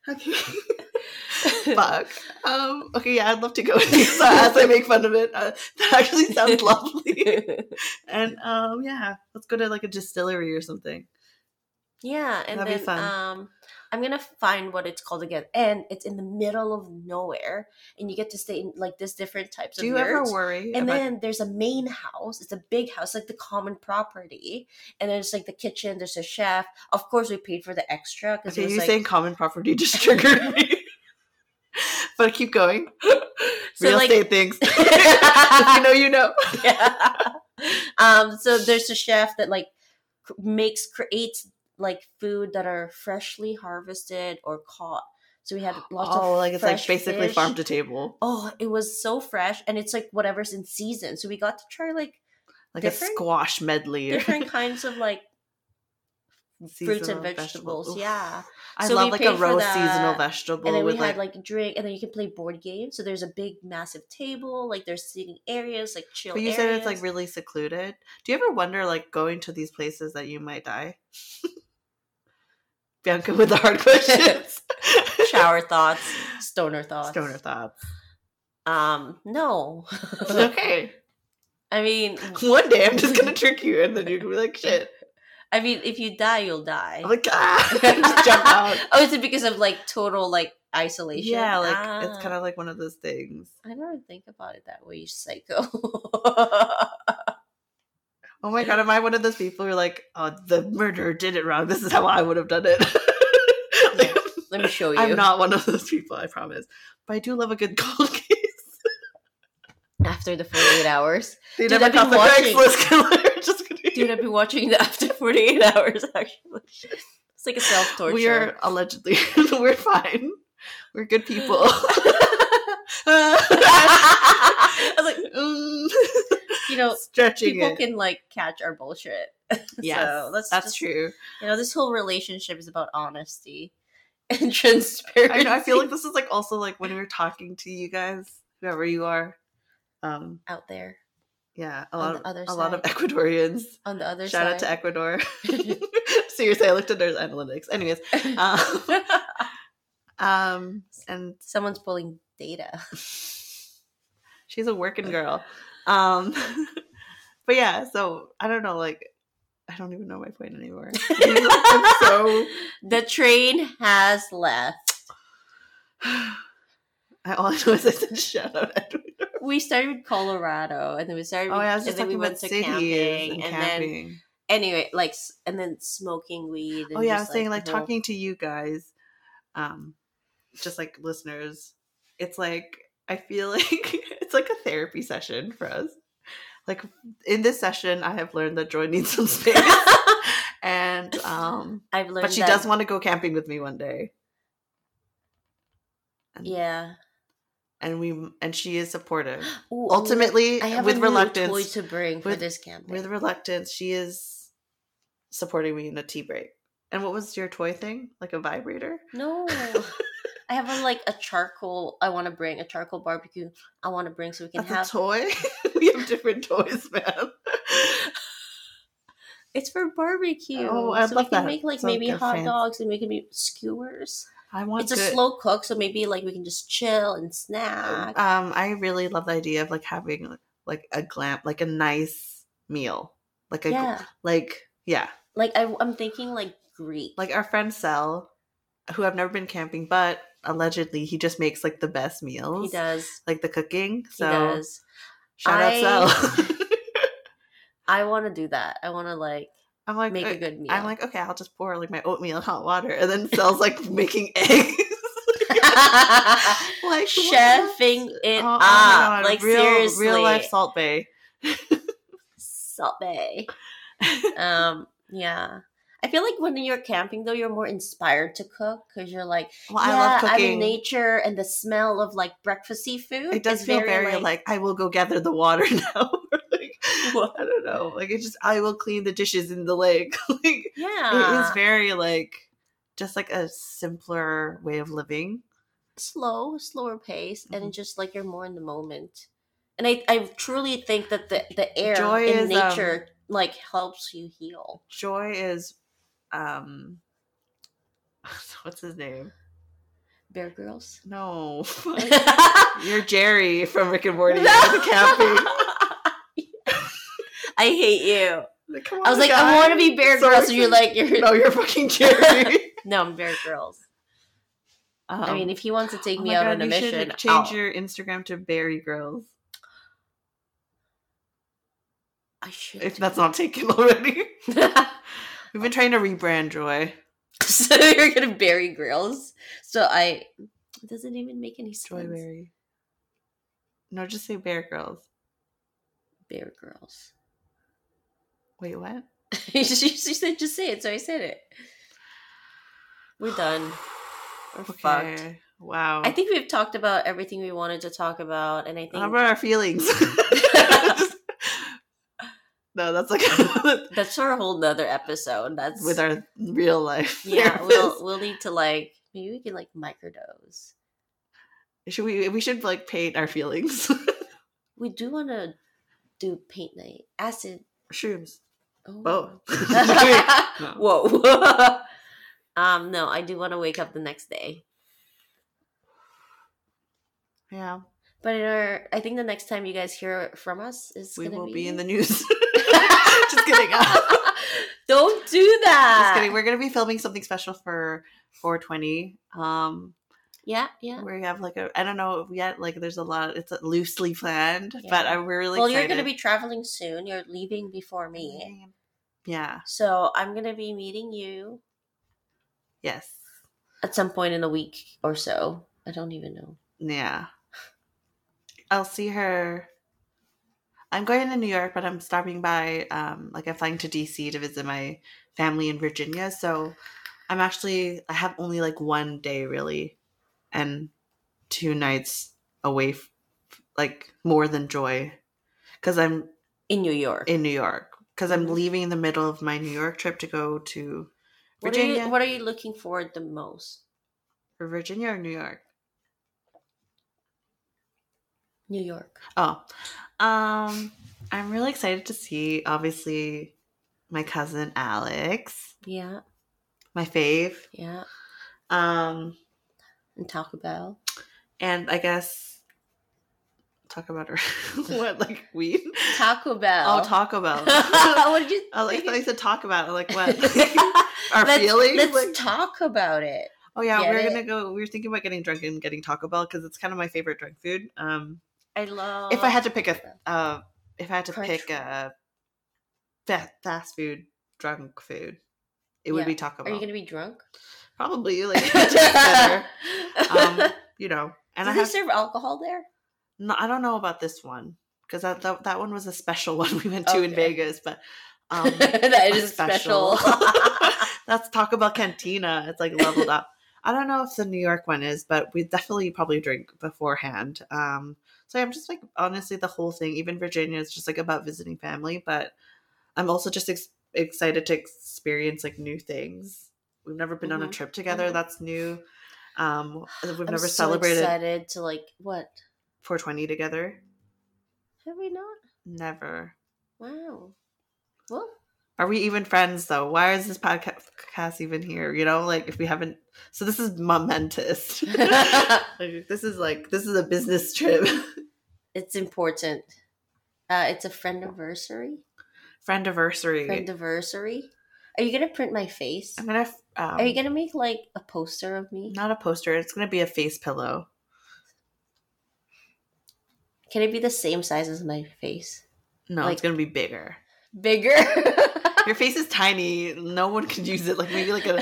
S1: okay.
S2: *laughs*
S1: Fuck. Um, okay, yeah, I'd love to go *laughs* with these uh, as I make fun of it. Uh, that actually
S2: *laughs*
S1: sounds lovely. And um, yeah, let's go to like a distillery or something.
S2: yeah, and
S1: That'd be
S2: then
S1: fun.
S2: um I'm gonna find what it's called again. And it's in the middle of nowhere and you get to stay in like this different types
S1: Do
S2: of
S1: you ever
S2: yurts.
S1: worry?
S2: and
S1: about-
S2: then there's a main house. It's a big house, like the common property. And there's like the kitchen. There's a chef. Of course, we paid for the extra because
S1: okay,
S2: it was
S1: you
S2: like
S1: saying common property just triggered me. *laughs* but keep going.
S2: so
S1: Real
S2: like
S1: estate things. if you know, you know.
S2: *laughs*
S1: *laughs*
S2: yeah. Um, so there's a chef that like cr- makes creates like food that are freshly harvested or caught. So we had lots of
S1: Oh, like it's like
S2: fresh
S1: basically
S2: fish.
S1: farm to table.
S2: Oh, it was so fresh, and it's like whatever's in season. So we got to try like
S1: Like
S2: different-
S1: a squash medley. *laughs*
S2: different kinds of like fruits
S1: Seasonal
S2: and vegetables.
S1: Oof.
S2: Yeah,
S1: I
S2: So we
S1: love like a
S2: paid for
S1: roast
S2: that,
S1: seasonal vegetable
S2: and then we
S1: with
S2: had
S1: like,
S2: like, drink, and then you can play board games. So there's a big, massive table. Like there's seating areas, like chill.
S1: But you said it's like
S2: areas.
S1: really *laughs* secluded. Do you ever wonder like going to these places that you might die? *laughs* Bianca with the hard *laughs* questions.
S2: shower thoughts, stoner thoughts.
S1: Stoner thoughts. *laughs*
S2: Um, no.
S1: okay.
S2: *laughs*
S1: *laughs*
S2: I mean,
S1: One day I'm just gonna trick you and then you can be like *laughs* shit.
S2: I mean, if you die, you'll die.
S1: *laughs* I'm like ah just jump out.
S2: *laughs* oh, is it because of like total like isolation? Ah,
S1: Yeah, like it's kind of like one of those things.
S2: I never think about it that way, you psycho.
S1: Oh my *laughs* god, am I one of those people who are like, oh the murderer did it wrong. This is how I would have *laughs* done it. Like,
S2: Let me show
S1: *laughs*
S2: you.
S1: I'm not one of those people, I promise. But I do love a good cold *laughs* case.
S2: After the 48 hours.
S1: They
S2: Dude,
S1: never
S2: I've been
S1: caught the
S2: watching-
S1: Craigslist *laughs* killer. Just kidding.
S2: *laughs* Dude, I've been watching the After 48 hours, actually. It's like a self torture.
S1: we are allegedly *laughs* we're fine. We're good people.
S2: *laughs*
S1: *laughs*
S2: I was like,
S1: Mm.
S2: you know,
S1: *laughs* Stretching
S2: people
S1: it.
S2: can like catch our bullshit. *laughs*
S1: yes,
S2: so let's
S1: that's
S2: just-
S1: true.
S2: You know, this whole relationship is about honesty *laughs* and transparency.
S1: I know. I
S2: *laughs*
S1: feel like this is like also like when we are talking to you guys, whoever you are. Um.
S2: out there
S1: Yeah. A
S2: On
S1: lot
S2: the
S1: of
S2: other
S1: a lot of
S2: side.
S1: Ecuadorians.
S2: on the other
S1: Shout out to
S2: side. *laughs*
S1: Ecuador. *laughs* Seriously, I looked at their analytics. Anyways,
S2: *laughs*
S1: um, *laughs* um, and
S2: Someone's pulling data.
S1: She's a working girl. Um, *laughs* but yeah, so I don't know. Like, I don't even know my point anymore. *laughs* *laughs* I'm so.
S2: *laughs* The train has left.
S1: *laughs* I all I know is I said shout out Edward.
S2: We started with Colorado, and then we started.
S1: *laughs* Oh, yeah, I was
S2: and
S1: just
S2: then
S1: talking
S2: we
S1: about
S2: went to
S1: cities
S2: camping,
S1: and,
S2: and then
S1: camping.
S2: anyway, like, s- and then smoking weed. And
S1: oh yeah, I
S2: just,
S1: was saying like
S2: the whole-
S1: talking to you guys, um, just like listeners. It's like I feel *laughs* like it's like a therapy session for us. Like in this session, I have learned that Joy needs some *laughs* space, and um,
S2: I've learned,
S1: but she
S2: that-
S1: does want to go camping with me one day
S2: Yeah.
S1: and we and she is supportive
S2: Ooh,
S1: ultimately
S2: I have
S1: with
S2: a
S1: reluctance
S2: new toy to bring for
S1: with-
S2: this campaign.
S1: with reluctance she is supporting me in a tea break and what was your toy thing like a vibrator *laughs*
S2: No. I have a, like a charcoal. I want to bring a charcoal barbecue. I want to bring so we can
S1: that's
S2: have.
S1: a toy *laughs* we have different toys
S2: *laughs*
S1: man
S2: it's for barbecue.
S1: Oh, I'd
S2: so
S1: love
S2: we can
S1: that.
S2: make like
S1: Sounds
S2: maybe
S1: good,
S2: hot
S1: fancy.
S2: dogs and we can make skewers.
S1: i want
S2: it's a
S1: good-
S2: slow cook, so maybe like we can just chill and snack.
S1: um i really love the idea of like having like a glam like a nice meal like a
S2: yeah,
S1: like yeah
S2: like I, I'm thinking like Greek.
S1: like our friend Sel, who I've never been camping, but allegedly he just makes like the best meals,
S2: he does.
S1: like the cooking.
S2: He
S1: So
S2: does.
S1: shout
S2: I-
S1: out Sel.
S2: *laughs*
S1: *laughs*
S2: I want to do that. I want to like
S1: I'm like,
S2: make
S1: uh,
S2: a good meal.
S1: I'm
S2: *laughs*
S1: like, okay, I'll just pour like my oatmeal and hot water, and then Sel's like making eggs, *laughs* like what?
S2: chefing it
S1: Oh, oh my
S2: up.
S1: God,
S2: like
S1: real,
S2: seriously,
S1: real life Salt Bay.
S2: Salt
S1: *laughs*
S2: Bay. um, yeah. I feel like when you're camping though, you're more inspired to cook because you're like,
S1: Well,
S2: yeah,
S1: I love
S2: I'm in
S1: cooking.
S2: nature and the smell of like breakfasty food.
S1: it does
S2: is
S1: feel very, like, I will go gather the water *laughs* now. Or, like,
S2: What?
S1: I don't know. Like it just I will clean the dishes in the lake. *laughs* like
S2: yeah,
S1: it is very like just like a simpler way of living
S2: slow, slower pace,
S1: Mm-hmm.
S2: and just like you're more in the moment. And I, I truly think that the the air
S1: Joy
S2: in
S1: is, um,
S2: nature like helps you heal.
S1: joy is um *laughs* what's his name
S2: Bear *laughs* Grylls.
S1: no you're jerry from rick and morty the camping
S2: *laughs* I hate you.
S1: Like, come
S2: I was
S1: on,
S2: like, I
S1: guys.
S2: want to be Bear
S1: Oh Sorry.
S2: Grylls, and you're like,
S1: *laughs*
S2: you're
S1: no you're
S2: *laughs*
S1: fucking jerry
S2: no, I'm Bear Grylls.
S1: um,
S2: I mean, if he wants to take
S1: oh
S2: me
S1: my
S2: out
S1: God,
S2: on a
S1: you should
S2: mission, Oh.
S1: change
S2: I'll-
S1: your instagram to barry grills
S2: I should.
S1: if
S2: do
S1: that's
S2: that.
S1: not taken *laughs* already we've been trying to rebrand joy
S2: *laughs* so you're gonna bury grills. So I it doesn't even make any sense.
S1: joy berry no just say bear girls
S2: Bear girls.
S1: wait what
S2: *laughs*
S1: *sighs*
S2: she, she said, just say it. So I said it. We're done. We're fucked.
S1: Okay. Wow.
S2: I think we've talked about everything we wanted to talk about, and I think
S1: How about our
S2: *laughs*
S1: feelings? *laughs* Just- no, that's
S2: *laughs*
S1: like
S2: that's for a whole nother episode. That's
S1: with our real life. *laughs*
S2: yeah. We'll
S1: therapist.
S2: we'll need to like maybe we can like microdose.
S1: should we we should like paint our feelings. *laughs*
S2: We do want to do paint night, acid.
S1: Shrooms.
S2: Oh. *laughs*
S1: *laughs* Both. No.
S2: Whoa. *laughs* um. No, I do want to wake up the next day.
S1: Yeah,
S2: But in our, I think the next time you guys hear from us is
S1: we
S2: gonna
S1: will
S2: be...
S1: be. in the *laughs* news. Just
S2: *laughs*
S1: kidding. *laughs*
S2: Don't do that.
S1: Just kidding. We're gonna be filming something special for 420. Um,
S2: yeah, yeah.
S1: we have like a I don't know yet. Like there's a lot. It's loosely planned,
S2: Yeah.
S1: but I'm really
S2: well,
S1: excited.
S2: you're gonna be traveling soon. You're leaving before me,
S1: Yeah.
S2: so I'm gonna be meeting you
S1: Yes.
S2: at some point in a week or so. I don't even know.
S1: Yeah. I'll see her. I'm going to New York, but I'm stopping by. Um, like I'm flying to DC to visit my family in Virginia. So I'm actually I have only like one day really, and two nights away, f- like more than joy, because I'm
S2: In New York.
S1: in New York. Because I'm
S2: Mhm.
S1: leaving in the middle of my New York trip to go to
S2: what are you
S1: Virginia.
S2: What are you looking forward the most?
S1: Virginia or New York.
S2: New York.
S1: Oh, um, I'm really excited to see obviously my cousin Alex,
S2: Yeah,
S1: my fave.
S2: yeah.
S1: Um,
S2: And Taco Bell.
S1: and I guess talk about her *laughs* what like weed.
S2: Taco Bell.
S1: Oh, *laughs* Taco Bell. I
S2: *laughs* what did you?
S1: like I thought you said talk about it. like what our
S2: *laughs* let's,
S1: feelings.
S2: Let's
S1: like,
S2: talk about it.
S1: oh yeah,
S2: get
S1: we're
S2: it.
S1: gonna go. We were thinking about getting drunk and getting Taco Bell because it's kind of my favorite drunk food. Um,
S2: I love.
S1: if I had to pick
S2: Taco Bell.
S1: a, uh, if I had to
S2: Crunch
S1: pick
S2: roll.
S1: a fa- fast food drunk food, it would
S2: Yeah.
S1: be Taco
S2: are
S1: Bell.
S2: you gonna be drunk?
S1: Probably like
S2: *laughs*
S1: it tastes better, Um,
S2: um,
S1: you know. And
S2: Do
S1: I
S2: they
S1: have
S2: serve alcohol there?
S1: no, I don't know about this one because that, that that one was a special *laughs* one we went to in
S2: Okay.
S1: Vegas, but um,
S2: *laughs* that
S1: a
S2: is special. *laughs*
S1: *laughs* That's Taco Bell Cantina. It's like leveled up. I don't know if the New York one is, but we definitely probably drink beforehand. Um, so I'm just like honestly the whole thing, even Virginia is just like about visiting family, but I'm also just ex- excited to experience like new things. We've never been on a
S2: Mhm.
S1: trip together.
S2: Mhm.
S1: That's new. Um, we've
S2: I'm
S1: never
S2: so
S1: celebrated
S2: Excited to like what?
S1: 420 together.
S2: Have we not?
S1: Never.
S2: Wow. *laughs* Well,
S1: Are we even friends though? Why is this podcast even here? You know, like if we haven't. So this is
S2: *laughs*
S1: momentous. *laughs* Like, this is like this is a business trip. *laughs*
S2: it's important. Uh, it's a friend anniversary.
S1: Friend anniversary.
S2: Friend anniversary. Are you gonna print my face?
S1: I'm gonna. Um,
S2: Are you gonna make like a poster of me?
S1: Not a poster. It's gonna be a face pillow.
S2: Can it be the same size as my face?
S1: No,
S2: Like-
S1: it's gonna be
S2: *laughs*
S1: bigger. *laughs*
S2: Bigger.
S1: Your face is tiny. No one could use it. Like maybe like a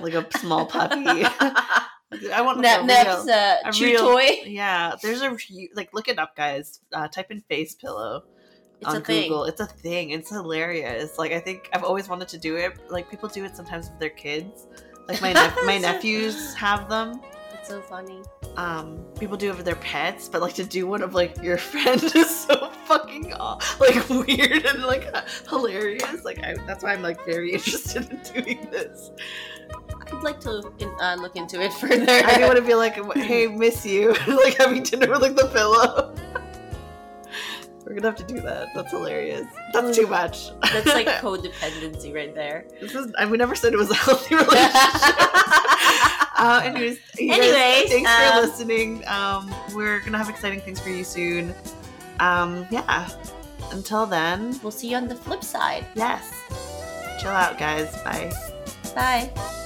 S1: like a small
S2: *laughs*
S1: puppy. *laughs* I want like
S2: Nap
S1: a
S2: Nap's
S1: real.
S2: uh,
S1: a
S2: chew
S1: real-
S2: toy.
S1: Yeah, there's a hu- like look it up, guys. Uh, type in face pillow.
S2: It's
S1: on
S2: a thing.
S1: Google. It's a thing. It's hilarious. Like I think I've always wanted to do it. Like people do it sometimes with their kids. Like my nep-
S2: *laughs*
S1: my nephews have them.
S2: It's so funny.
S1: Um, people do it with their pets, but like to do one of like your *laughs* friend is so fucking aw- like *laughs* weird and like h- hilarious. Like I, that's why I'm like very *laughs* interested in doing this.
S2: I'd like to in, uh, look into it *laughs* further.
S1: I do want to be like, hey, miss you, *laughs* like having dinner with like the pillow. *laughs* We're gonna have to do that. That's hilarious. That's too much. *laughs*
S2: That's like codependency right there.
S1: This is I, we never said it was a healthy *laughs*
S2: *laughs*
S1: relationship. uh, anyways, you guys,
S2: Anyways,
S1: thanks
S2: um,
S1: for listening. Um, we're gonna have exciting things for you soon. Um, yeah. Until then,
S2: We'll see you on the flip side.
S1: yes. Chill out, guys. Bye.
S2: Bye.